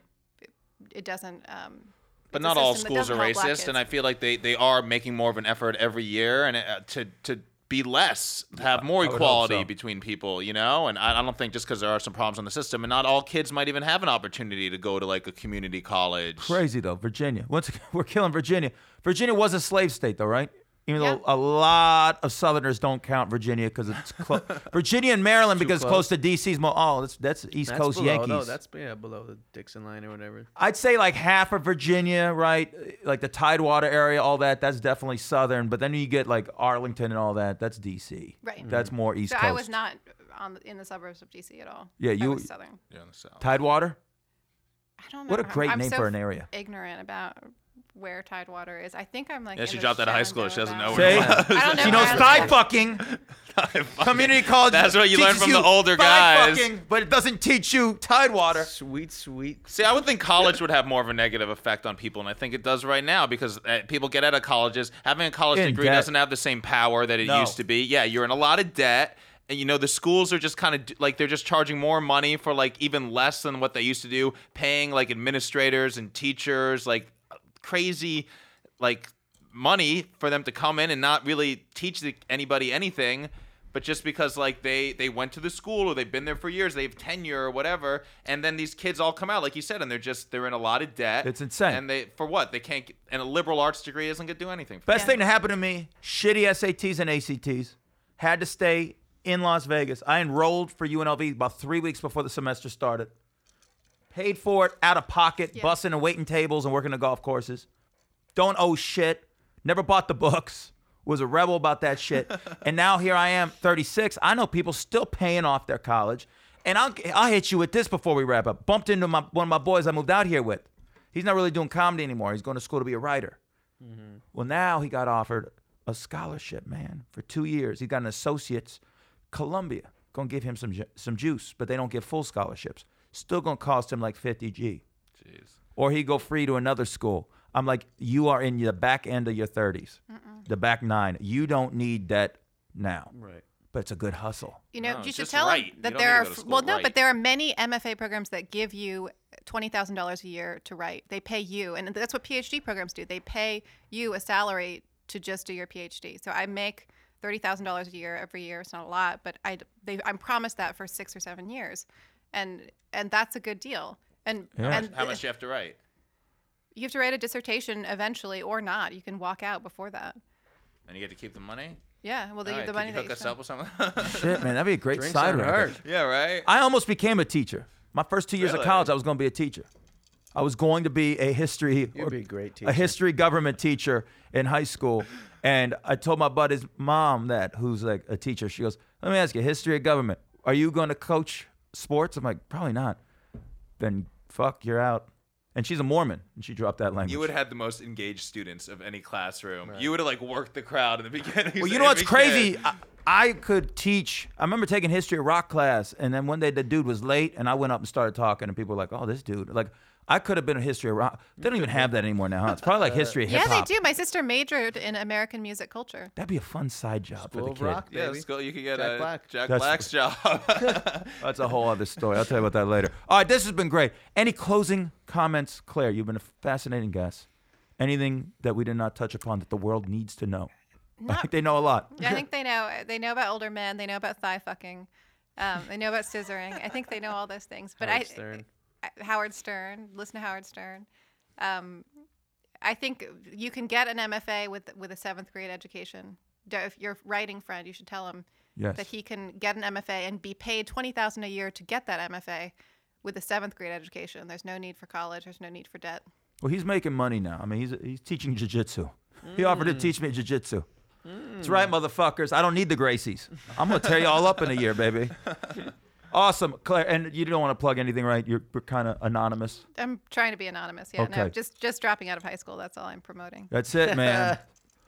Speaker 6: it doesn't. Um,
Speaker 5: But
Speaker 6: it's a
Speaker 5: not all
Speaker 6: system that
Speaker 5: schools are
Speaker 6: doesn't help black
Speaker 5: racist, and
Speaker 6: kids.
Speaker 5: I feel like they, they are making more of an effort every year and uh, to to be less, to have more
Speaker 3: hope
Speaker 5: equality
Speaker 3: so.
Speaker 5: between people, you know. And I, I don't think just because there are some problems in the system, and not all kids might even have an opportunity to go to like a community college.
Speaker 3: Crazy though, Virginia. Once again, [LAUGHS] we're killing Virginia. Virginia was a slave state though, right? Even
Speaker 6: Yeah.
Speaker 3: though a lot of Southerners don't count Virginia because it's
Speaker 6: [LAUGHS]
Speaker 3: close. Virginia and Maryland because it's close to DC's. Mo- oh, that's that's East
Speaker 11: That's
Speaker 3: Coast
Speaker 11: below,
Speaker 3: Yankees.
Speaker 11: though. That's yeah, below the Dixon line or whatever.
Speaker 3: I'd say like half of Virginia, right? Like the Tidewater area, all that. That's definitely Southern. But then you get like Arlington and all that. That's DC.
Speaker 6: Right. Mm.
Speaker 3: That's more East
Speaker 6: so
Speaker 3: Coast.
Speaker 6: I was not on in the suburbs of DC at all.
Speaker 3: Yeah,
Speaker 6: I
Speaker 3: you-
Speaker 6: was southern.
Speaker 3: [LAUGHS] Tidewater.
Speaker 6: I don't
Speaker 3: What a
Speaker 6: remember.
Speaker 3: great
Speaker 6: I'm
Speaker 3: name
Speaker 6: so
Speaker 3: for an area.
Speaker 6: Ignorant about where Tidewater is. I think I'm like.
Speaker 5: Yeah,
Speaker 6: in
Speaker 5: she
Speaker 6: the
Speaker 5: dropped out of high school.
Speaker 6: Shenandoah
Speaker 5: She doesn't know
Speaker 6: Valley.
Speaker 3: Say,
Speaker 5: where
Speaker 3: Hey.
Speaker 5: it was.
Speaker 6: I
Speaker 11: [LAUGHS]
Speaker 6: don't
Speaker 3: [LAUGHS]
Speaker 6: know.
Speaker 3: She knows
Speaker 6: where I
Speaker 3: thigh
Speaker 6: live.
Speaker 3: fucking. [LAUGHS] Community college.
Speaker 5: That's what you learn
Speaker 3: teaches
Speaker 5: from the older
Speaker 3: thigh
Speaker 5: guys.
Speaker 3: fucking, but it doesn't teach you Tidewater.
Speaker 11: Sweet, sweet.
Speaker 5: See, I would think college would have more of a negative effect on people, and I think it does right now because uh, people get out of colleges. Having a college
Speaker 3: In
Speaker 5: degree
Speaker 3: debt.
Speaker 5: doesn't have the same power that it
Speaker 3: No.
Speaker 5: used to be. Yeah, you're in a lot of debt, and you know the schools are just kind of like they're just charging more money for like even less than what they used to do, paying like administrators and teachers like crazy like money for them to come in and not really teach the, anybody anything but just because like they they went to the school or they've been there for years they have tenure or whatever and then these kids all come out like you said and they're just they're in a lot of debt
Speaker 3: It's insane.
Speaker 5: and they for what they can't get, and a liberal arts degree isn't gonna do anything for
Speaker 3: Best thing to happen to me: shitty SATs and ACTs. Had to stay in Las Vegas. I enrolled for UNLV about three weeks before the semester started. Paid for it out of pocket, bussing and waiting tables and working the golf courses. Don't owe shit. Never bought the books. Was a rebel about that shit. and now here I am, 36. I know people still paying off their college. And I'll, I'll hit you with this before we wrap up. Bumped into my, one of my boys I moved out here with. He's not really doing comedy anymore. He's going to school to be a writer. Well, now he got offered a scholarship, man, for two years. He got an associate's, Columbia, gonna give him some ju- some juice, but they don't give full scholarships. Still gonna cost him like 50 G. Or he go free to another school. I'm like, you are in the back end of your 30s, the back nine. You don't need that now. Right. But it's a good hustle.
Speaker 6: You know,
Speaker 12: No, it's
Speaker 6: you should
Speaker 12: just
Speaker 6: tell 'em
Speaker 12: right. You
Speaker 6: that
Speaker 12: don't
Speaker 6: there
Speaker 12: need to
Speaker 6: are
Speaker 12: go to
Speaker 6: f-
Speaker 12: school,
Speaker 6: well, no,
Speaker 12: right.
Speaker 6: but there are many MFA programs that give you twenty thousand dollars a year to write. They pay you, and that's what PhD programs do. They pay you a salary to just do your PhD. So I make thirty thousand dollars a year every year. It's not a lot, but I they, I'm promised that for six or seven years, and and that's a good deal. And and
Speaker 5: How
Speaker 6: th-
Speaker 5: much do you have to write?
Speaker 6: you have to write a dissertation eventually, or not. You can walk out before that.
Speaker 5: And you get to keep the money?
Speaker 6: Yeah, well, the,
Speaker 5: All right,
Speaker 6: the
Speaker 5: could
Speaker 6: money
Speaker 5: you
Speaker 6: that
Speaker 5: hook
Speaker 6: you
Speaker 5: us
Speaker 6: spend.
Speaker 5: up with something? [LAUGHS]
Speaker 3: Shit, man, that'd be a great
Speaker 13: Drinks
Speaker 3: side
Speaker 13: on
Speaker 3: racket.
Speaker 13: her.
Speaker 5: yeah, right?
Speaker 3: I almost became a teacher. My first two years of
Speaker 5: Really?
Speaker 3: college, I was going to be a teacher. I was going to be a history,
Speaker 13: You'd be a great teacher.
Speaker 3: a history government teacher in high school. And I told my buddy's mom that, who's like a teacher. She goes, "Let me ask you, history of government. Are you going to coach sports?" I'm like, "Probably not." Then fuck, you're out. And she's a Mormon, and she dropped that language.
Speaker 5: You would have had the most engaged students of any classroom. You would have like worked the crowd in the [LAUGHS] beginning.
Speaker 3: Well,
Speaker 5: so
Speaker 3: you know what's
Speaker 5: every
Speaker 3: crazy?
Speaker 5: kid-
Speaker 3: I, I could teach. I remember taking history of rock class, and then one day the dude was late, and I went up and started talking, and people were like, "Oh, this dude!" Like, I could have been a history of rock. They don't even have that anymore now. Huh? It's probably like history of hip
Speaker 6: Yeah,
Speaker 3: hop.
Speaker 6: they do. My sister majored in American
Speaker 4: [LAUGHS]
Speaker 6: music culture.
Speaker 3: That'd be a fun side
Speaker 13: School
Speaker 3: job for
Speaker 13: of
Speaker 3: the kid.
Speaker 13: Rock,
Speaker 5: Yeah,
Speaker 13: baby.
Speaker 5: let's go. You could get
Speaker 13: Jack
Speaker 5: a,
Speaker 13: Black.
Speaker 5: Jack
Speaker 3: That's- [LAUGHS]
Speaker 5: Black's job. [LAUGHS]
Speaker 3: That's a whole other story. I'll tell you about that later. All right, this has been great. Any closing comments, Claire? You've been a fascinating guest. Anything that we did not touch upon that the world needs to know? [LAUGHS] I think they know a lot.
Speaker 4: [LAUGHS]
Speaker 6: Yeah, I think they know. They know about older men. They know about thigh fucking. Um, they know about scissoring. I think they know all those things. But I,
Speaker 4: Howard Stern.
Speaker 6: I, Howard Stern. Listen to Howard Stern. Um, I think you can get an MFA with with a seventh grade education. Do- If your writing friend, you should tell him
Speaker 3: Yes.
Speaker 6: that he can get an MFA and be paid twenty thousand a year to get that MFA with a seventh grade education. There's no need for college. There's no need for debt.
Speaker 3: Well, he's making money now. I mean, he's he's teaching jujitsu. He offered
Speaker 4: Mm.
Speaker 3: to teach me jujitsu. That's right, motherfuckers. I don't need the Gracies. I'm gonna tear you all up in a year,
Speaker 4: [LAUGHS]
Speaker 3: baby. Awesome, Claire. And you don't want to plug anything, right? You're kind of anonymous.
Speaker 6: I'm trying to be anonymous. Yeah, no,
Speaker 3: Okay.
Speaker 6: just just dropping out of high school. That's all I'm promoting.
Speaker 3: That's it,
Speaker 4: [LAUGHS]
Speaker 3: man.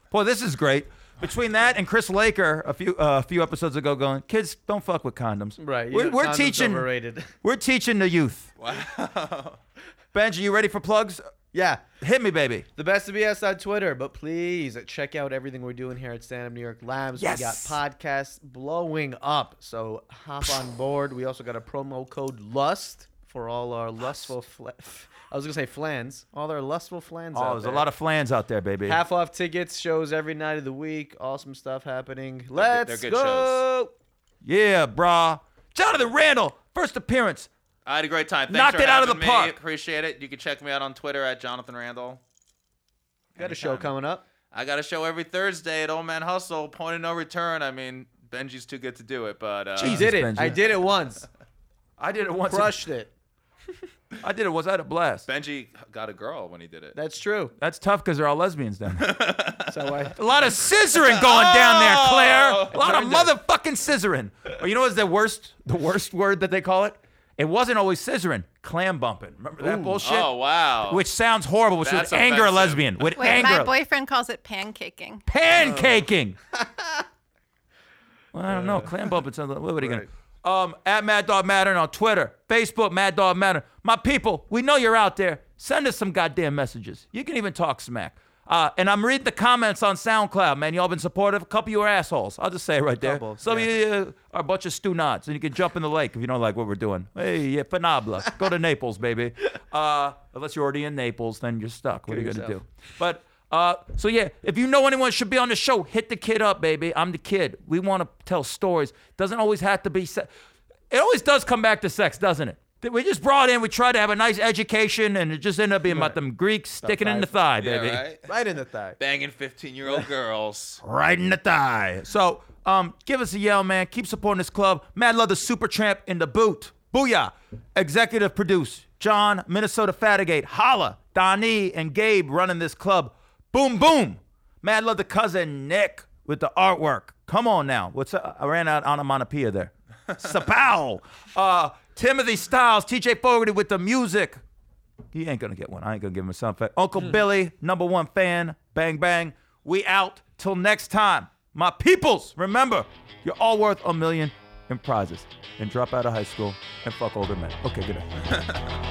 Speaker 3: Boy, this is great. Between that and Chris Laker, a few uh, a few episodes ago, going, kids, don't fuck with condoms.
Speaker 4: Right. you
Speaker 3: We're,
Speaker 4: know,
Speaker 3: we're
Speaker 4: condoms
Speaker 11: [LAUGHS]
Speaker 3: teaching.
Speaker 4: Overrated.
Speaker 3: We're teaching the youth. Wow. Benji, you ready for plugs?
Speaker 4: Yeah.
Speaker 3: Hit me, baby.
Speaker 4: The best of BS on Twitter, but please check out everything we're doing here at Stand Up New York Labs. We got
Speaker 3: Yes.
Speaker 4: podcasts blowing up, so hop on board. We also got a promo code LUST for all our lustful fla- I was gonna say flans, all our lustful flans.
Speaker 3: Oh,
Speaker 4: out
Speaker 3: there's
Speaker 4: there.
Speaker 3: a lot of flans out there, baby.
Speaker 4: half off tickets, shows every night of the week, awesome stuff happening. Let's
Speaker 5: they're good
Speaker 4: go.
Speaker 3: Yeah, brah. Jonathan Randall, first appearance.
Speaker 5: I had a great time. Thanks
Speaker 3: Knocked
Speaker 5: for
Speaker 3: it out of
Speaker 5: having
Speaker 3: the
Speaker 5: me.
Speaker 3: park.
Speaker 5: Appreciate it. You can check me out on Twitter at Jonathan Randall.
Speaker 4: Got a show coming up.
Speaker 5: I got a show every Thursday at Old Man Hustle. Point of no return. I mean, Benji's too good to do it, but uh,
Speaker 4: I
Speaker 3: Jesus,
Speaker 4: did it.
Speaker 3: Benji.
Speaker 4: I did
Speaker 3: [LAUGHS]
Speaker 4: it once.
Speaker 3: I did it once.
Speaker 4: Crushed it.
Speaker 3: I did it once. I had a blast.
Speaker 5: Benji got a girl when he did it.
Speaker 4: That's true.
Speaker 3: That's tough because they're all lesbians down
Speaker 5: [LAUGHS]
Speaker 3: there.
Speaker 4: So I
Speaker 3: a lot of scissoring going down there,
Speaker 5: Oh!
Speaker 3: Claire. A lot of
Speaker 4: Turned it.
Speaker 3: motherfucking scissoring. Or you know what's the worst? The worst word that they call it. It wasn't always scissoring. Clam bumping. Remember that bullshit?
Speaker 5: Oh wow.
Speaker 3: Which sounds horrible, which
Speaker 5: That's
Speaker 3: would anger a
Speaker 5: offensive.
Speaker 3: lesbian. Would
Speaker 6: Wait,
Speaker 3: anger.
Speaker 6: my
Speaker 3: a-
Speaker 6: boyfriend calls it
Speaker 4: [LAUGHS]
Speaker 6: pancaking.
Speaker 3: pancaking. well, I don't know. Clam bumping something. What are you gonna? Um, at Mad Dog Mattern on Twitter, Facebook, Mad Dog Mattern. My people, we know you're out there. Send us some goddamn messages. You can even talk smack. Uh, and I'm reading the comments on SoundCloud, man. Y'all been supportive. A couple of you are assholes. I'll just say it right there.
Speaker 4: Couple,
Speaker 3: Some
Speaker 4: yeah.
Speaker 3: of you uh, are a bunch of stew nods, and you can jump in the lake if you don't like what we're doing. Hey, yeah, Panabla. Go to Naples,
Speaker 4: [LAUGHS]
Speaker 3: baby. Uh, unless you're already in Naples, then you're stuck. What are you going to do?
Speaker 4: yourself.
Speaker 3: But uh, so yeah, if you know anyone should be on the show, hit the kid up, baby. I'm the kid. We want to tell stories. Doesn't always have to be. Se- it always does come back to sex, doesn't it? That We just brought in. We tried to have a nice education, and it just ended up being about them Greeks sticking in the thigh,
Speaker 5: yeah,
Speaker 3: baby,
Speaker 5: right?
Speaker 4: right in the thigh.
Speaker 5: Banging 15-year-old girls.
Speaker 3: right in the thigh. So um, give us a yell, man. Keep supporting this club. Mad Love, the Super Tramp in the boot. Booyah! Executive produce John Minnesota Fatigate. Holla, Donnie and Gabe running this club. Boom, boom. Mad Love the cousin Nick with the artwork. Come on now. What's I ran out onomatopoeia there. Sapow. Uh, Timothy Styles, TJ Fogarty with the music. He ain't gonna get one. I ain't gonna give him a sound effect. Uncle Billy, number one fan. Bang bang. We out till next time. My peoples, remember, you're all worth a million in prizes. And drop out of high school and fuck older men. Okay, good night.